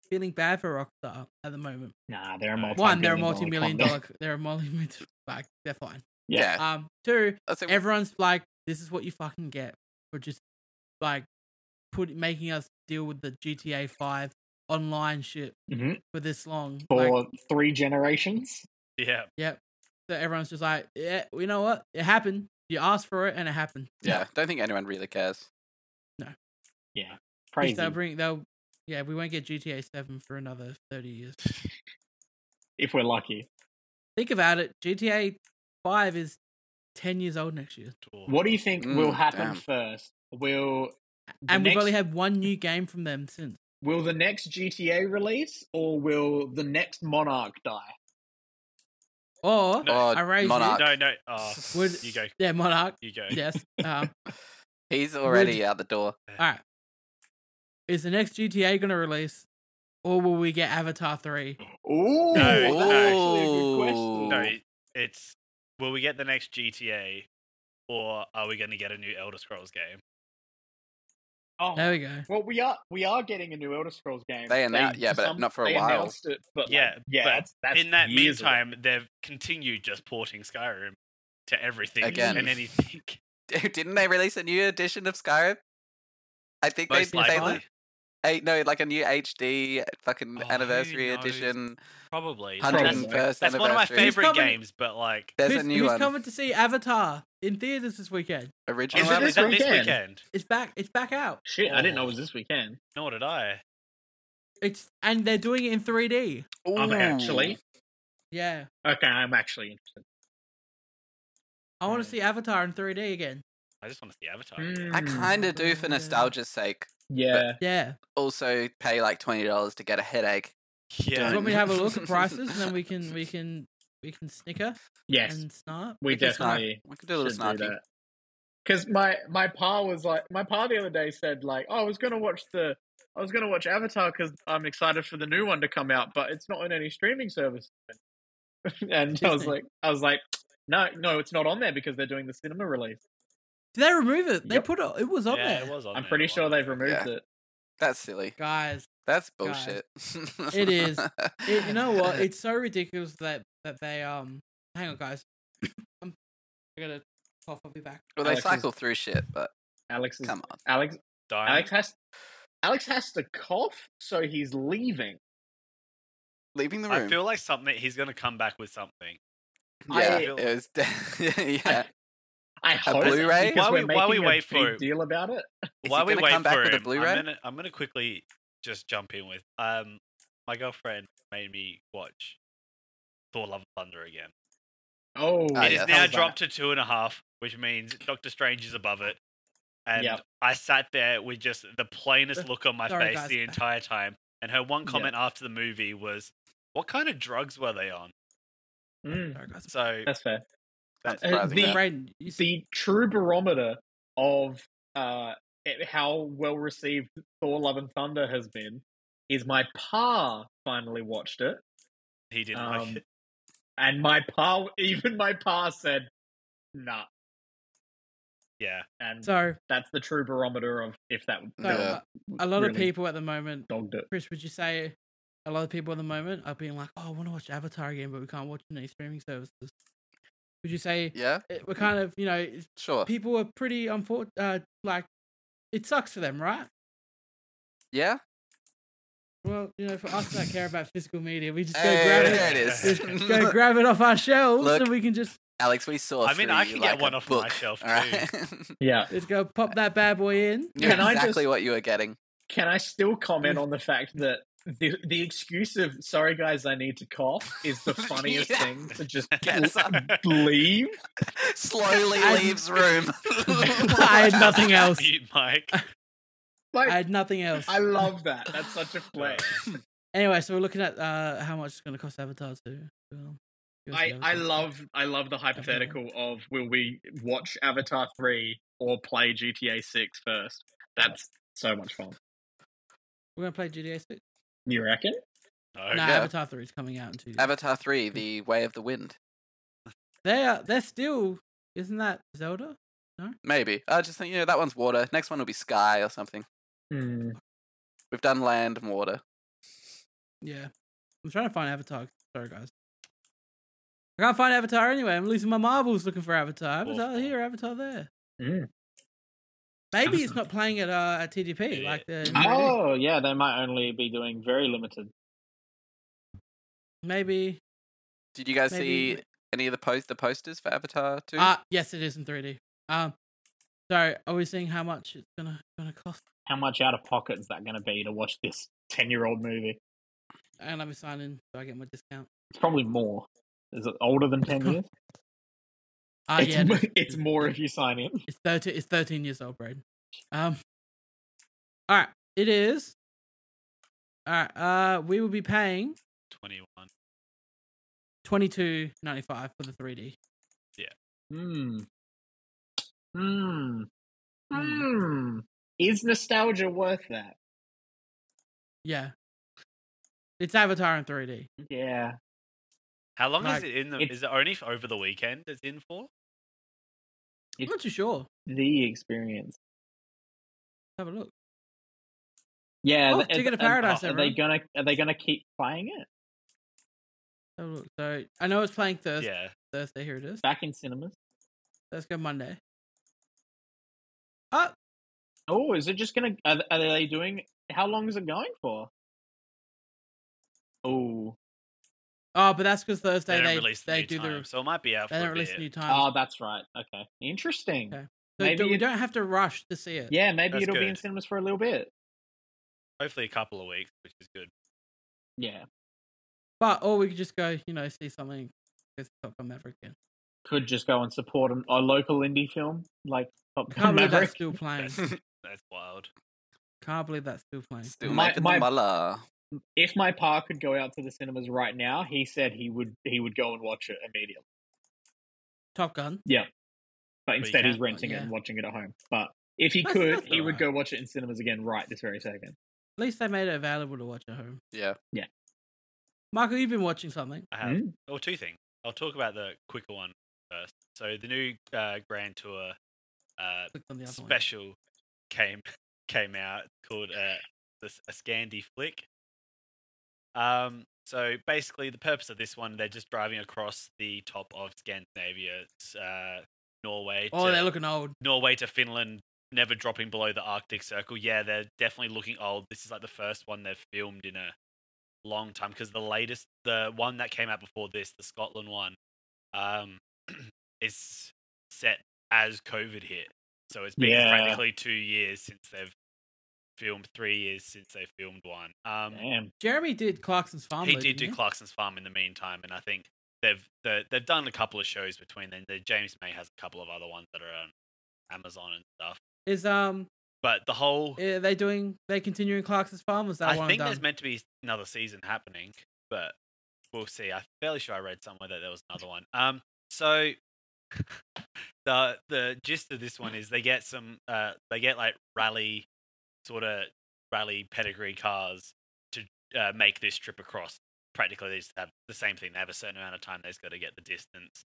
feeling bad for Rockstar at the moment.
nah, they're a
One,
multi
One, they're a multi-million dollar. They're a multi-million. Like they're fine.
Yeah.
Yeah.
Um, two,
That's it.
everyone's like, this is what you fucking get for just like put making us deal with the GTA Five online shit
hmm
for this long.
for [LAUGHS]
Like,
three generations.
yeah,
so everyone's just like, yeah, you know what? It happened. You asked for it, and it happened. [LAUGHS]
yeah, don't think anyone really cares.
At
Crazy.
least They'll bring. They'll. Yeah, we won't get GTA Seven for another thirty years.
if we're lucky.
Think about it. GTA 5 is 10 years old next year.
What do you think will
Mm,
happen
damn.
first? Will the
And we've
next-
only had one
[LAUGHS]
new game from them since.
will the next GTA release or will the next Monarch die?
Or,
No.
Oh,
I raised it.
Monarch. [LAUGHS]
No, no. Oh,
Would-
you go.
yeah, Monarch.
You go.
Yes. Um,
He's already out the door. [LAUGHS]
all right. Is the next GTA going to release? Or will we get Avatar 3?
Ooh,
No,
that's actually a good
no.
question.
No, it's will we get the next GTA, or are we going to get a new Elder Scrolls game?
Oh,
There we go.
Well, we are we are getting a new Elder Scrolls game.
They annou- yeah, but not for a
they
while.
announced it, but like,
Yeah,
yeah,
but
that's, that's
In that
years away.
meantime, they've continued just porting Skyrim to everything
Again.
and
[LAUGHS]
anything.
Didn't they release a new edition of Skyrim? I think
[LAUGHS]
they
Most likely,
they eight, no like a new HD fucking
Oh, who
anniversary
knows?
edition,
probably.
hundred
That's,
and
Probably.
first
that's
anniversary.
one of my favorite
coming-
games, but like,
[LAUGHS] There's
who's
a new
who's
one.
coming to see Avatar in theaters this weekend?
Original.
is,
it
that-
this
is that this
weekend?
weekend?
It's back. It's back out.
Shit, I didn't know it
Oh.
was this weekend.
Nor did I.
It's and they're doing it in 3D.
I'm
Ooh.
actually
Yeah,
okay. I'm actually interested.
I want
Mm.
to see Avatar in 3D again.
I just want to see Avatar.
Mm.
I kind of do for
Mm.
nostalgia's sake.
Yeah,
Yeah,
Also, pay like twenty dollars to get a headache.
do
Yeah,
you
Don't-
want me to have a look
[LAUGHS]
at prices and then we can we can we can snicker
yes,
and snark?
we
can snark.
definitely
We could do a little
should do
snarky.
that. Because my my pa was like, my pa the other day said like, oh, I was gonna watch the. I was gonna watch Avatar because I'm excited for the new one to come out, but it's not on any streaming service. [LAUGHS] and I was
Disney.
like, I was like, no, no, it's not on there because they're doing the cinema release.
Did they remove it? They
Yep.
put it. It was on
yeah,
there,
it was on
I'm
there
pretty
at
sure
one
they've
point.
removed
Yeah.
it.
That's silly.
[LAUGHS] guys.
That's
Guys,
bullshit.
it
[LAUGHS]
is. It, you know what? It's so ridiculous that that they um. Hang on, guys. I'm I gotta cough. I'll be back.
well, they
Alex is-
cycle through shit, but
Alex Uh, is
come on.
Alex.
Dying.
Alex has Alex has to cough, so he's leaving.
Leaving the room.
I feel like something he's going to come back with something.
I
yeah,
feel-
it was. De- [LAUGHS] yeah,
I hope
Blu-ray?
because
While
we're
we- while we
making a
wait for
big
it-
deal about it.
Is he
While we
gonna
wait
come back
for
with a
him,
Blu-ray?
I'm gonna, I'm gonna quickly just jump in with um, my girlfriend made me watch Thor: Love and Thunder again.
Oh,
Ah,
It is
yeah, that
now
was
dropped.
dropped to two and a half, which means Doctor Strange is above it. And
Yep.
I sat there with just the plainest look on my
Sorry,
face
guys.
the entire time. And her one
Yeah.
comment after the movie was, "What kind of drugs were they on?"
Mm,
[LAUGHS] Sorry, guys.
So
that's fair. uh,
Not surprising.
the-
that.
Brayden, you see,
The true barometer of uh, it- how well received Thor: Love and Thunder has been is my pa finally watched it,
he didn't
Um,
like it.
and my pa, even my pa said, "Nah,"
Yeah,
and
so
that's the true barometer of if that
so
Yeah.
uh, a lot of
really
people at the moment
dogged it.
Chris, would you say a lot of people at the moment are being like, "Oh, I want to watch Avatar again, but we can't watch it on any streaming services"? Would you say
yeah,
it- we're kind of, you know, it's-
sure.
people are pretty unfortunate? Uh, like, it sucks for them, right?
Yeah,
Well, you know, for us that care about physical media, we just go
Hey,
grab
there
it,
it is.
just
[LAUGHS]
go grab it off our shelves,
Look.
and we can just
Alex, we saw.
I mean, I
through
can
you
get
like a
one off my
book,
shelf,
all right? [LAUGHS]
Yeah.
let's go pop that bad boy in.
Knew
Can I
exactly
just-
what you were getting.
Can I still comment on the fact that the the excuse of "sorry guys, I need to cough" is the funniest
Yeah.
thing to just
Get
[LAUGHS]
[LAUGHS] some.
leave?
Slowly
I-
leaves room. [LAUGHS]
I had
[LAUGHS]
nothing else.
mute Mike.
I
Like, I,
had nothing else.
love that. That's such a flex.
Anyway, so we're looking at uh, how much it's going to cost Avatar to. um, give
[LAUGHS]
us
I,
the
I
Avatar.
love I love the hypothetical of will we watch Avatar three or play GTA six first? That's so much fun.
We're going to play GTA 6.
You reckon? Oh,
No,
No,
yeah.
Avatar 3 is coming out in two years.
[LAUGHS] Avatar three: The Way of the Wind.
They are. They're still. Isn't that Zelda?
Maybe. I just think you know that one's water. Next one will be sky or something.
Hmm.
We've done land and water.
Yeah. I'm trying to find Avatar. Sorry, guys. I can't find Avatar anyway. I'm losing my marbles looking for Avatar. Avatar
Awful.
here, Avatar there.
Mm.
Maybe it's not playing at uh, at TDP
Yeah.
like the.
Oh yeah, they might only be doing very limited.
Maybe.
Did you guys
Maybe-
see any of the post the posters for Avatar two?
Ah, yes, it is in 3D. Um, so are we seeing how much it's gonna gonna cost?
How much out of pocket is that going to be to watch this ten year old movie?
And I'm signing, so I get my discount.
It's probably more. Is it older than ten years?
[LAUGHS] Ah,
it's,
yeah,
mo-
it's,
[LAUGHS] it's more if you sign in.
it's thirteen. It's thirteen years old, Brad. Um. All right, it is. All right, uh, we will be paying
Twenty-one.
twenty two ninety five for the three D.
Hmm. Hmm. Hmm. Is nostalgia worth that?
Yeah, it's Avatar in three D.
Yeah.
How long
Like,
is it in? The,
it's-
is it only for over the weekend? It's in for.
I'm
It's-
not too sure.
The experience.
Have a look.
Yeah.
Oh,
th-
Ticket to
and-
Paradise,
Are they
everyone.
gonna Are they gonna keep playing it
Have a look. So I know it's playing Thursday.
Yeah.
Thursday. Here it is.
back in cinemas?
Let's go Monday. Oh,
Oh, is it just gonna? Are, are they doing? How long is it going for? Oh,
oh, but that's because
They
Thursday
don't
they
release the
they
new
do
time,
the
so it might be out for
they
a
don't release
bit.
new time.
oh, that's right. Okay, interesting.
Okay. So
maybe
do- we
it-
don't have to rush to see it.
Yeah, maybe
That's
it'll be in
good.
cinemas for a little bit.
Hopefully, a couple of weeks, which is good.
Yeah,
But or we could just go, you know, see something with Top Gun Maverick
[LAUGHS]
again.
could just go and support an, a local indie film like Top
Can't
Gun
believe that's
Maverick.
still playing.
That's, [LAUGHS]
[LAUGHS]
that's wild.
Can't believe that's still playing.
Still
My-
making
my-
the mullah.
If my pa could go out to the cinemas right now, he said he would. He would go and watch it immediately.
Top Gun.
But
you
instead, he's
can't.
renting it
Yeah.
and watching it at home. But if he
That's-
could,
that's
he would
alright.
go watch it in cinemas again right this very second.
At least they made it available to watch at home.
Yeah.
Michael, you've been watching something.
I have
Mm.
or two things. I'll talk about the quicker one first. So the new uh, Grand Tour uh,
Clicked on the other one.
special came [LAUGHS] came out called uh, this a Scandi flick. Um, so basically, the purpose of this one, they're just driving across the top of Scandinavia, it's, uh, Norway.
Oh,
to,
they're looking old.
Norway to Finland, never dropping below the Arctic Circle. Yeah, they're definitely looking old. This is like the first one they've filmed in a long time because the latest, the one that came out before this, the Scotland one, um, [CLEARS THROAT] is set as COVID hit. So it's been
Yeah.
practically two years since they've filmed, three years since they filmed one. Um,
Damn.
Jeremy did Clarkson's Farm.
he
though,
did
didn't
do Clarkson's Farm in the meantime, and I think they've they they've done a couple of shows between them. The James May has a couple of other ones that are on Amazon and stuff.
Is um
But the whole,
are they doing they continuing Clarkson's Farm? Was that
I
one
think
done?
there's meant to be another season happening, but we'll see. I'm fairly sure I read somewhere that there was another one. Um, so [LAUGHS] the the gist of this one is they get some uh they get like rally sort of rally pedigree cars to uh, make this trip across. Practically, they just have the same thing. They have a certain amount of time they've got to get the distance.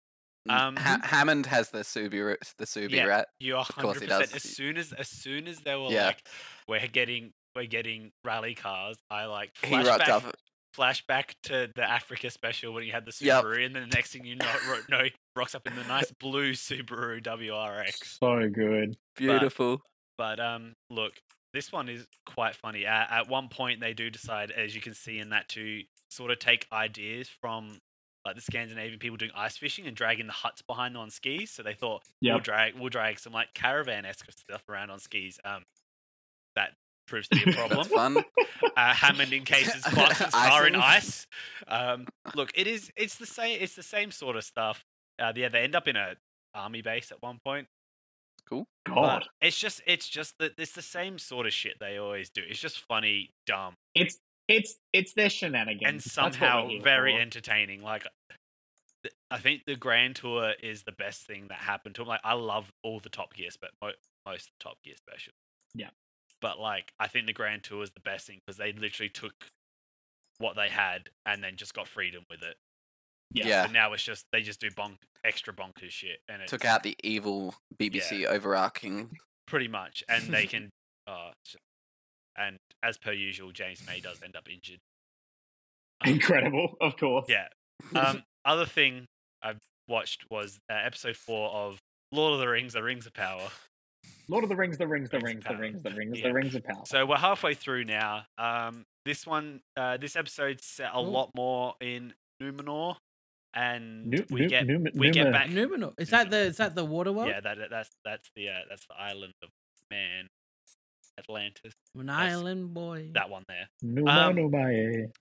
Um,
Um, ha- Hammond has the Subi, the Subi
Yeah.
rat.
You are
course
hundred
he
percent.
does.
As soon as as soon as they were
Yeah.
like, we're getting we're getting rally cars. I like
He rubbed
flashback
off.
flashback to the Africa special when you had the
Yep.
Subaru, and then the next thing you know, ro- no rocks up in the nice blue Subaru WRX.
So good.
Beautiful.
But um, look, this one is quite funny. At, at one point, they do decide, as you can see in that, to sort of take ideas from like the Scandinavian people doing ice fishing and dragging the huts behind them on skis. So they thought we'll
Yep.
drag we'll drag some like caravan esque stuff around on skis. Um, that proves to be a problem
That's fun.
uh, Hammond encases Clarkson's car in ice.
Icing.
Um, look, it is it's the same it's the same sort of stuff. Uh, yeah, they end up in a army base at one point.
God.
But it's just it's just that it's the same sort of shit they always do. It's just funny, dumb,
It's it's it's their shenanigans. [LAUGHS]
and
That's what
somehow
we're here
very
for.
entertaining. Like th- I think the Grand Tour is the best thing that happened to him. Like I love all the Top Gear, but mo- most of the Top Gear special.
Yeah.
But like I think the Grand Tour is the best thing because they literally took what they had and then just got freedom with it.
Yeah.
Yeah.
And now it's just they just do bonk extra bonkers shit and it's
Took out the evil BBC overarching.
pretty much and
[LAUGHS]
they can uh s- and as per usual James May does end up
[LAUGHS]
injured. Um,
incredible. Of course.
Yeah. Um, other thing I've watched was uh, episode four of Lord of the Rings: The Rings of Power.
Lord of the Rings, the rings, the
Rings
rings,
of
the
power.
rings, the rings,
Yeah.
the rings of power.
So we're halfway through now. Um, this one, uh, this episode's set a
Ooh.
lot more in Numenor, and
Nu-
we
nu-
get
num-
we get
numer-
back.
Numenor. Is that the is that the water world?
yeah, that, that- that's that's the uh, that's the island of man, Atlantis.
An island boy.
That one there.
numa
Um,
numae.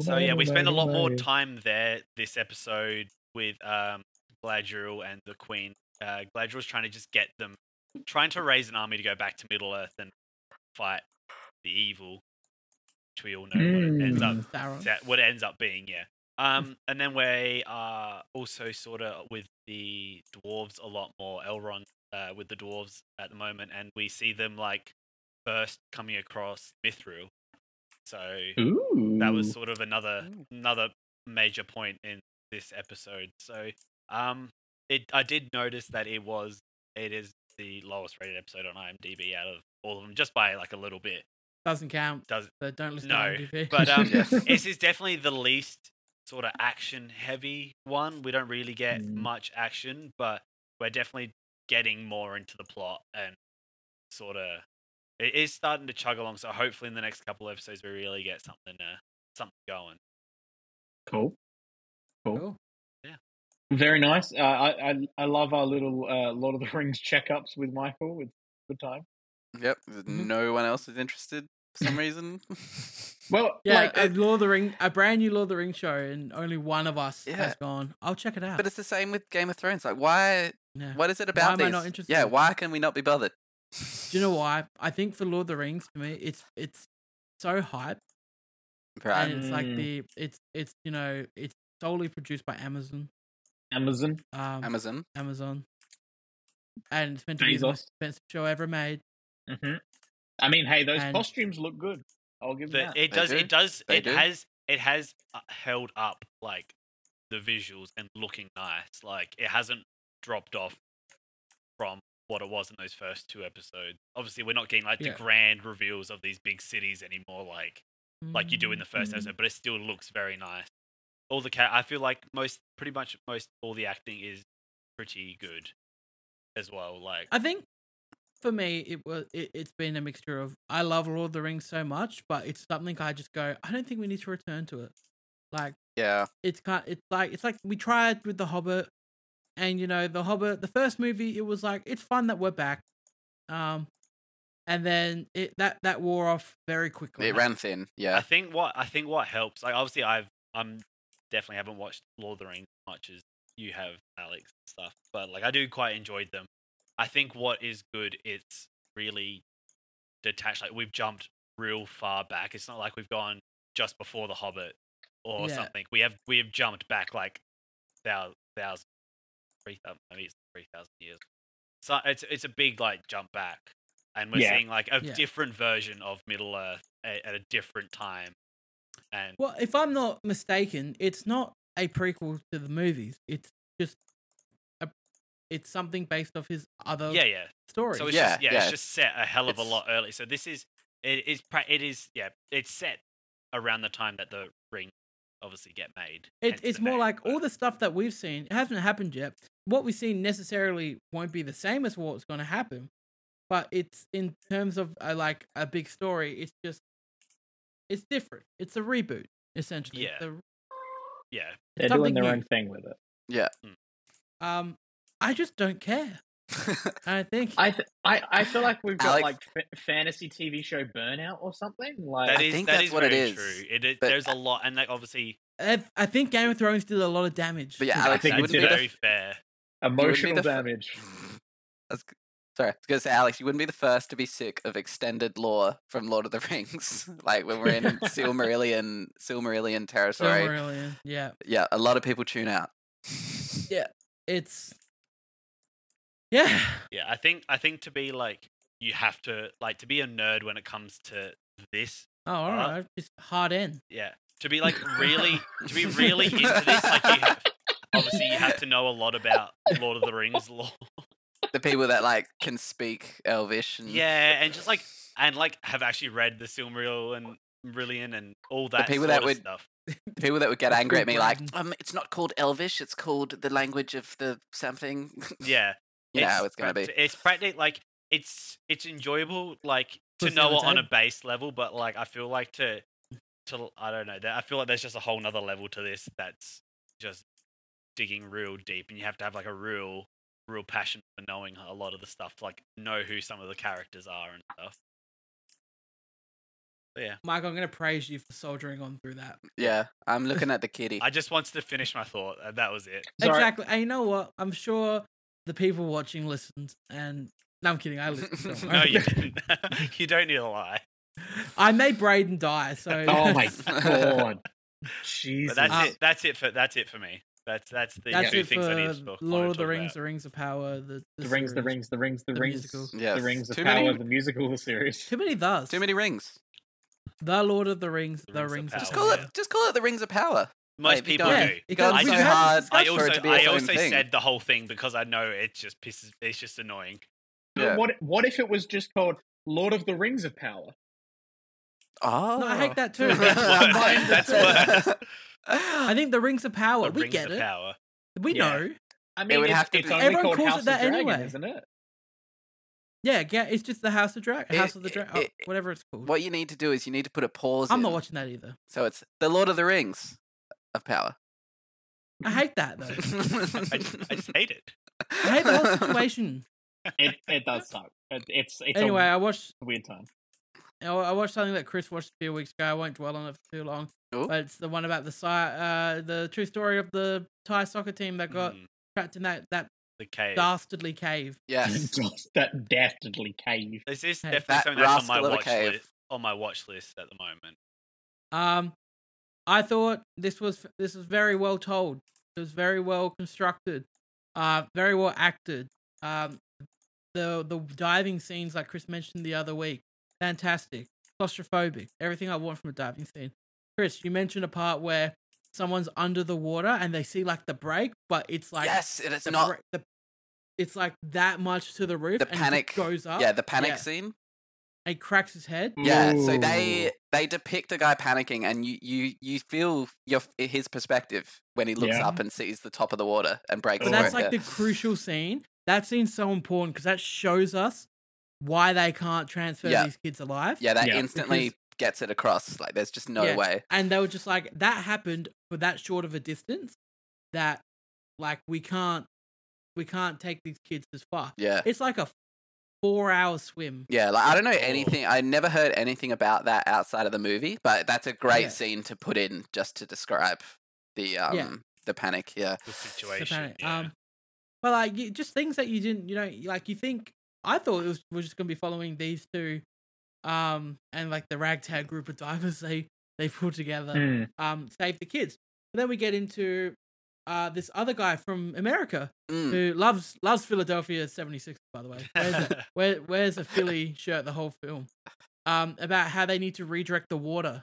So yeah, we spend a lot more time there this episode with um, Gladriel and the Queen. Uh, Gladriel's trying to just get them, trying to raise an army to go back to Middle Earth and fight the evil, which we all know what it ends up
Sauron.
that what it ends up being, yeah. Um, and then we are also sort of with the dwarves a lot more. Elrond uh, with the dwarves at the moment, and we see them like first coming across Mithril. So
Ooh.
that was sort of another
Ooh.
another major point in this episode. So um, it I did notice that it was it is the lowest rated episode on IMDb out of all of them, just by like a little bit.
Doesn't count.
Does
So don't listen
No,
to IMDb.
but um,
Yeah.
this is definitely the least sort of action heavy one. We don't really get
Mm.
much action, but we're definitely getting more into the plot and sort of it is starting to chug along. So hopefully in the next couple of episodes we really get something uh, something going.
[LAUGHS] cool.
Cool.
Very nice. Uh, I, I I love our little uh, Lord of the Rings checkups with Michael. It's a good time.
Yep.
Mm-hmm.
No one else is interested
[LAUGHS]
for some reason.
Well,
Yeah,
like,
a
it-
Lord of the Ring, a brand new Lord of the Ring show, and only one of us
Yeah.
has gone. I'll check it out.
but it's the same with Game of Thrones. Like, why?
yeah.
What is it about
am I
these?
not interested?
Yeah. Why can we not be bothered?
Do you know why? I think for Lord of the Rings, for me, it's it's so hype, and
Right.
it's like
Mm.
the it's it's you know it's solely produced by Amazon,
Amazon.
um,
Amazon.
Amazon, and it's meant to be the most
Bezos.
expensive show ever made.
hmm I mean, hey, those
And-
costumes look good. I'll give
The,
them that.
it
They
does.
do.
It does.
They
it
do.
has. It has uh, held up like the visuals and looking nice. Like it hasn't dropped off from what it was in those first two episodes. Obviously, we're not getting like
Yeah.
the grand reveals of these big cities anymore, like like you do in the first
Mm.
Mm-hmm.
episode. But it still looks very nice. All the cat. I feel like most, pretty much most, all the acting is pretty good as well. Like
I think for me, it was it, it's been a mixture of I love Lord of the Rings so much, but it's something I just go. I don't think we need to return to it. Like
Yeah.
it's kind, it's like it's like we tried with the Hobbit, and you know the Hobbit, the first movie, it was like it's fun that we're back, um, and then it that that wore off very quickly.
It ran thin.
I
Yeah. [LAUGHS]
think what I think what helps, like obviously I've I'm definitely haven't watched Lord of the Rings as much as you have, Alex and stuff, but like I do quite enjoy them. I think what is good, it's really detached. Like we've jumped real far back. It's not like we've gone just before the Hobbit or
Yeah.
something. We have we have jumped back like thou thousand, three thousand, maybe it's three thousand years. So it's it's a big like jump back, and we're
Yeah.
seeing like a
Yeah.
different version of Middle Earth at, at a different time. And
Well, if I'm not mistaken, it's not a prequel to the movies. It's just a, it's something based off his other
yeah, yeah.
story.
So it's
Yeah,
just yeah,
yeah.
it's just set a hell of a
It's-
lot early. So this is it is pra- it is yeah, it's set around the time that the ring obviously get made.
It,
hence
it's
the
more
name,
like all
but-
the stuff that we've seen it hasn't happened yet. What we've seen necessarily won't be the same as what's going to happen, but it's in terms of a, like a big story. It's just it's different. It's a reboot essentially.
Yeah.
The-
yeah.
They're doing
something
their
new.
own thing with it.
um, I just don't care. I think
I th- I I feel like we've got
Alex-
like f- fantasy TV show burnout or something. Like
That
I
is
think
that
that's
is
what it
very
is,
True. It is,
but-
there's a lot, and like obviously,
I, I think Game of Thrones did a lot of damage.
But
[LAUGHS]
yeah,
to
Alex,
think
you
it's
that's
wouldn't be the
very fair.
emotional
the f-
damage.
That's g- sorry. I was gonna say, Alex, you wouldn't be the first to be sick of extended lore from Lord of the [LAUGHS] Rings. like
[LAUGHS]
when we're in Silmarillion, Silmarillion territory.
Silmarillion. Yeah,
Yeah, a lot of people tune out. [LAUGHS]
it's yeah. [SIGHS]
Yeah, I think I think to be like you have to like to be a nerd when it comes to this.
Oh, all
Uh,
right, just hard end.
Yeah, to be like really to
[LAUGHS]
be really into this, like you have, obviously you have to know a lot about Lord of the Rings lore.
the people that like can speak Elvish and
Yeah, and just like and like have actually read the Silmaril and Rillian and all that
people
sort
that
of
would-
stuff.
the people that would get angry at me like,
Britain.
um, it's not called Elvish, it's called the language of the something. [LAUGHS]
Yeah,
you know how it's gonna
practi-
be.
It's practically like it's it's enjoyable like to
Pussy
know
on the
it on a
table.
base level, but like I feel like to to I don't know. That I feel like there's just a whole nother level to this that's just digging real deep, and you have to have like a real real passion for knowing a lot of the stuff, to, like know who some of the characters are and stuff. But yeah,
Michael, I'm going to praise you for soldiering on through that.
Yeah,
[LAUGHS]
I'm looking at the kitty.
I just wanted to finish my thought. and That was it.
Sorry.
Exactly. And you know what? I'm sure the people watching listened. And no, I'm kidding. I listened.
[LAUGHS]
don't
No,
[LAUGHS]
worry.
you didn't. you don't need to lie.
[LAUGHS] I made Braden die. So
[LAUGHS]
Oh
[LAUGHS]
my
Yes.
god.
But
Jesus.
that's
Ah.
it. That's it for. That's it for me. That's that's the
that's
two
it
things I need to
for
talk,
Lord of
talk
the Rings,
About.
The Rings of Power, the, the
the rings, the
series.
rings, the rings, the,
The
rings,
musical.
Yes.
the rings of
Too
power,
many-
the musical [LAUGHS] series.
Too many thus.
Too many rings.
The Lord of the Rings, The, Rings, of
Just
Oh,
call
Power.
it. Just call it the rings of power.
Most
Like, you
people
don't-
Yeah,
do.
it
Gone
does-
so
we've had this
hard,
I
discussion.
for it
also
to be
I
its own
also
thing.
said the whole thing because I know it just pisses. It's just annoying.
But
Yeah.
What what if it was just called Lord of the Rings of Power?
Oh,
No, I hate
[LAUGHS]
[LAUGHS]
that too.
That's worse. That's worse.
I think The Rings of Power.
The
Oh, we
Rings
get
of
it.
Power.
We
Yeah.
know.
I mean,
would
it's,
have to
it's
be-
only
Everyone
called
calls it
House
that
of Dragon,
anyway.
isn't it?
Yeah, yeah. It's just the House of Dragon,
It-
House of the Dragon,
it- it-
whatever it's called.
What you need to do is you need to put a pause.
I'm
in.
not watching that either.
So it's the Lord of the Rings of power.
I hate that though.
I just, I just hate it.
I hate the whole
[LAUGHS]
situation.
It it [LAUGHS] does suck. It, it's it's
anyway,
a
I watched
weird time.
I I watched something that Chris watched a few weeks ago. I won't dwell on it for too long.
Ooh.
But it's the one about the si- uh the true story of the Thai soccer team that got
Mm,
trapped in that that
the cave.
dastardly cave.
[LAUGHS]
Yes.
Just that dastardly cave.
Is this
Hey.
definitely
That
something that's on my
rascal of a
watch
cave.
list? On my watch list at the moment.
Um, I thought this was this was very well told. It was very well constructed, uh, very well acted. Um, the the diving scenes, like Chris mentioned the other week, fantastic, claustrophobic, everything I want from a diving scene. Chris, you mentioned a part where someone's under the water and they see like the break, but it's [LAUGHS] like
yes, and it's
the
not.
break- the, it's like that much to the roof.
The
and it just
panic-
goes up.
Yeah, the panic
Yeah.
scene.
and cracks his head.
Yeah, so
Ooh.
they they depict a guy panicking, and you you you feel your his perspective when he looks
Yeah.
up and sees the top of the water and breaks.
But
Oh,
through
that's
it,
like
yeah.
the crucial scene. That scene's so important because that shows us why they can't transfer
Yeah.
these kids alive.
Yeah, that
Yeah.
instantly gets it across. Like, there's just no
Yeah.
way.
And they were just like, that happened for that short of a distance that like we can't we can't take these kids this far.
Yeah.
It's like a four hour swim.
Yeah, like I don't know
Oh.
anything. I never heard anything about that outside of the movie, but that's a great
Yeah.
scene to put in just to describe the um the panic. Yeah,
The
the
situation.
panic.
yeah.
Um but like you, just things that you didn't you know like you think I thought it was we're just gonna be following these two um and like the ragtag group of divers they they pull together.
Hmm.
um, save the kids. But then we get into uh, this other guy from America
Mm.
who loves loves Philadelphia 76, by the way.
[LAUGHS]
Wears
[LAUGHS]
a, where, wears a Philly shirt the whole film. Um, about how they need to redirect the water um,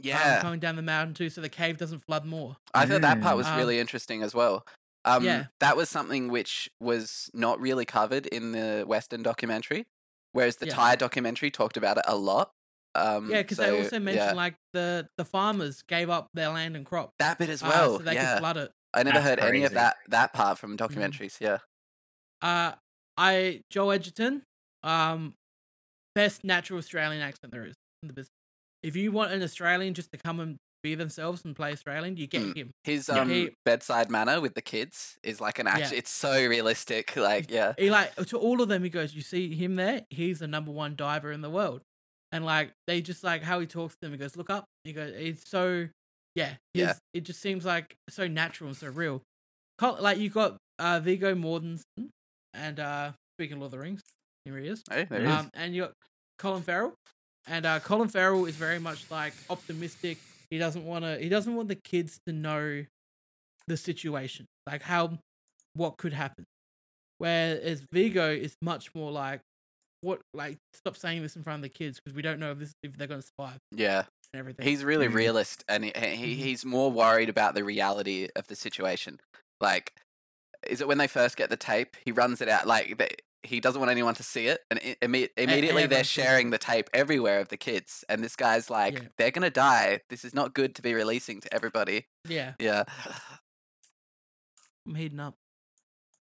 yeah.
coming down the mountain too so the cave doesn't flood more.
I thought that part
Mm.
was
Um,
really interesting as well. Um,
yeah.
That was something which was not really covered in the Western documentary, whereas the
Yeah.
Thai documentary talked about it a lot. Um,
yeah, because
so,
they also mentioned
yeah.
like the, the farmers gave up their land and crop
that bit as
uh,
well.
so they
yeah,
could flood it.
I never
That's
heard any of
crazy.
that that part from
Mm.
documentaries. Yeah,
Uh, I Joel Edgerton, um, best natural Australian accent there is in the business. If you want an Australian just to come and be themselves and play Australian, you get
Mm.
him.
his
Yeah.
um,
He-
bedside manner with the kids is like an action.
Yeah. Mm.
It's so realistic. Like, yeah,
He like to all of them. He goes, "You see him there? He's the number one diver in the world." And like they just like how he talks to them. He goes, "Look up." He goes, "It's so, yeah,
Yeah.
he's- It just seems like so natural and so real." Col- Like you got uh, Vigo Mortensen, and uh, speaking of Lord of the Rings, here he is.
Hey, Oh, there he is.
Um, and you got Colin Farrell, and uh, Colin Farrell is very much like optimistic. He doesn't want to. He doesn't want the kids to know the situation, like how what could happen. Whereas Vigo is much more like, what like stop saying this in front of the kids because we don't know if this if they're going to survive
yeah.
and everything.
He's really
Mhm.
realist, and he, he
Mhm.
he's more worried about the reality of the situation. Like, is it when they first get the tape? He runs it out like they, he doesn't want anyone to see it, and i- imme- immediately
everyone
they're
sees it.
sharing the tape everywhere of the kids. And this guy's like,
Yeah.
"They're gonna die. This is not good to be releasing to everybody."
yeah,
Yeah,
I'm heating up.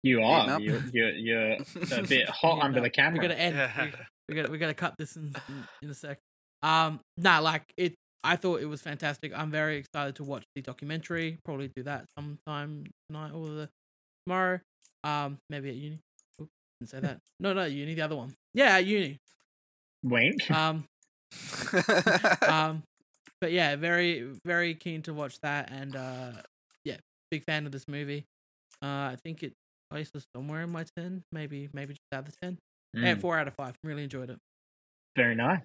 You
Heating
are.
up.
You, you're,
[LAUGHS]
you're a bit hot
Heating
under the
up. We
camera.
gotta [LAUGHS] end. We- we gotta we gotta cut this in, in, in a sec. Um, nah, like it. I thought it was fantastic. I'm very excited to watch the documentary. Probably do that sometime tonight or the tomorrow. Um, maybe at uni. Oops, didn't say that. No, no, uni. The other one. Yeah, at uni.
Wink.
Um, [LAUGHS] um, but yeah, very very keen to watch that, and uh, yeah, big fan of this movie. Uh, I think it places somewhere in my ten, maybe maybe just out of the ten. Yeah,
Mm,
four out of five. Really enjoyed it.
very nice.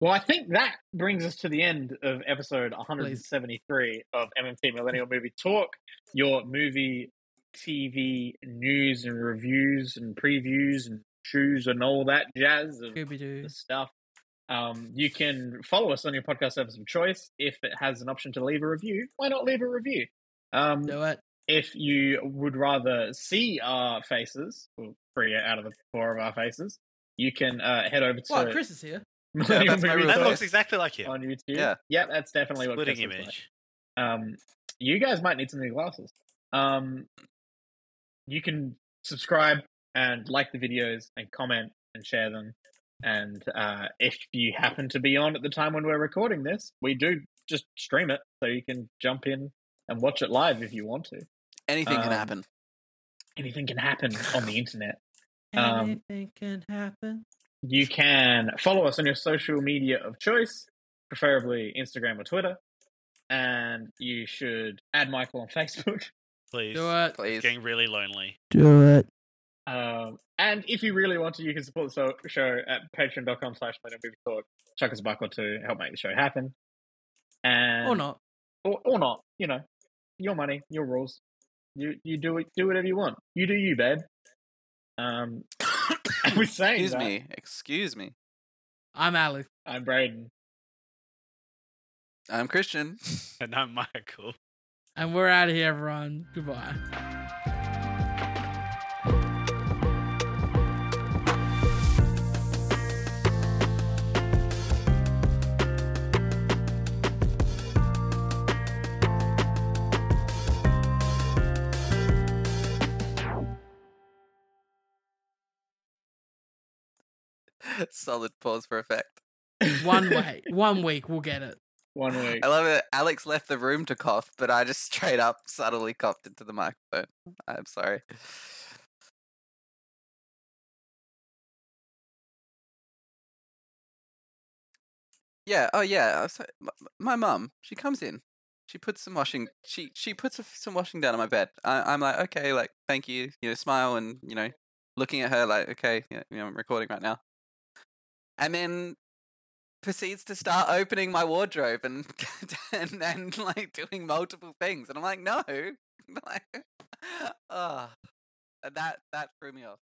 Well, I think that brings us to the end of episode 173 of MMT Millennial Movie Talk, your movie, TV news and reviews and previews and shoes and all that jazz. And
Scooby Doo.
the stuff. Um, you can follow us on your podcast service of choice. If it has an option to leave a review, why not leave a review? Um,
Do it.
If you would rather see our faces, well, three out of the four of our faces, you can uh, head over to
Well, Chris is here.
Millennial
that's my
Movie
rule.
That
Talk
looks exactly like you.
on YouTube.
Yeah.
Yep, that's definitely what
Splitting
Chris looks like.
image.
Um, you guys might need some new glasses. Um, you can subscribe and like the videos and comment and share them. And uh, if you happen to be on at the time when we're recording this, we do just stream it so you can jump in and watch it live if you want to.
Anything
Um,
can happen.
Anything can happen on the internet. Um,
Anything can happen.
You can follow us on your social media of choice, preferably Instagram or Twitter. And you should add Michael on [LAUGHS] Facebook.
Please.
Do it.
It's
Please.
getting really lonely. [LAUGHS]
Do it.
Um, and if you really want to, you can support the so- show at patreon.com slash Millennium movie talk. Chuck us a buck or two, help make the show happen. And
Or not.
Or, or not. You know, your money, your rules. You you do it, do whatever you want. You do you, babe. Um, [LAUGHS]
[LAUGHS]
I was saying
Excuse
that.
me. Excuse me.
I'm Alex.
I'm Braden.
I'm Christian. [LAUGHS]
And I'm Michael.
And we're out of here, everyone. Goodbye.
Solid pause for effect.
[LAUGHS] One way. One week we'll get it.
[LAUGHS] One week.
I love it. Alex left the room to cough, but I just [LAUGHS] straight up subtly coughed into the microphone. I'm sorry. Yeah. Oh, yeah. I so, m- m- my mum, she comes in. She puts some washing. She she puts a f some washing down on my bed. I, I'm like, okay, like thank you. You know, smile and you know, looking at her like, okay, you know, you know, I'm recording right now. And then proceeds to start opening my wardrobe and [LAUGHS] and, and like doing multiple [LAUGHS] things and i'm like no like ah, and that that threw me off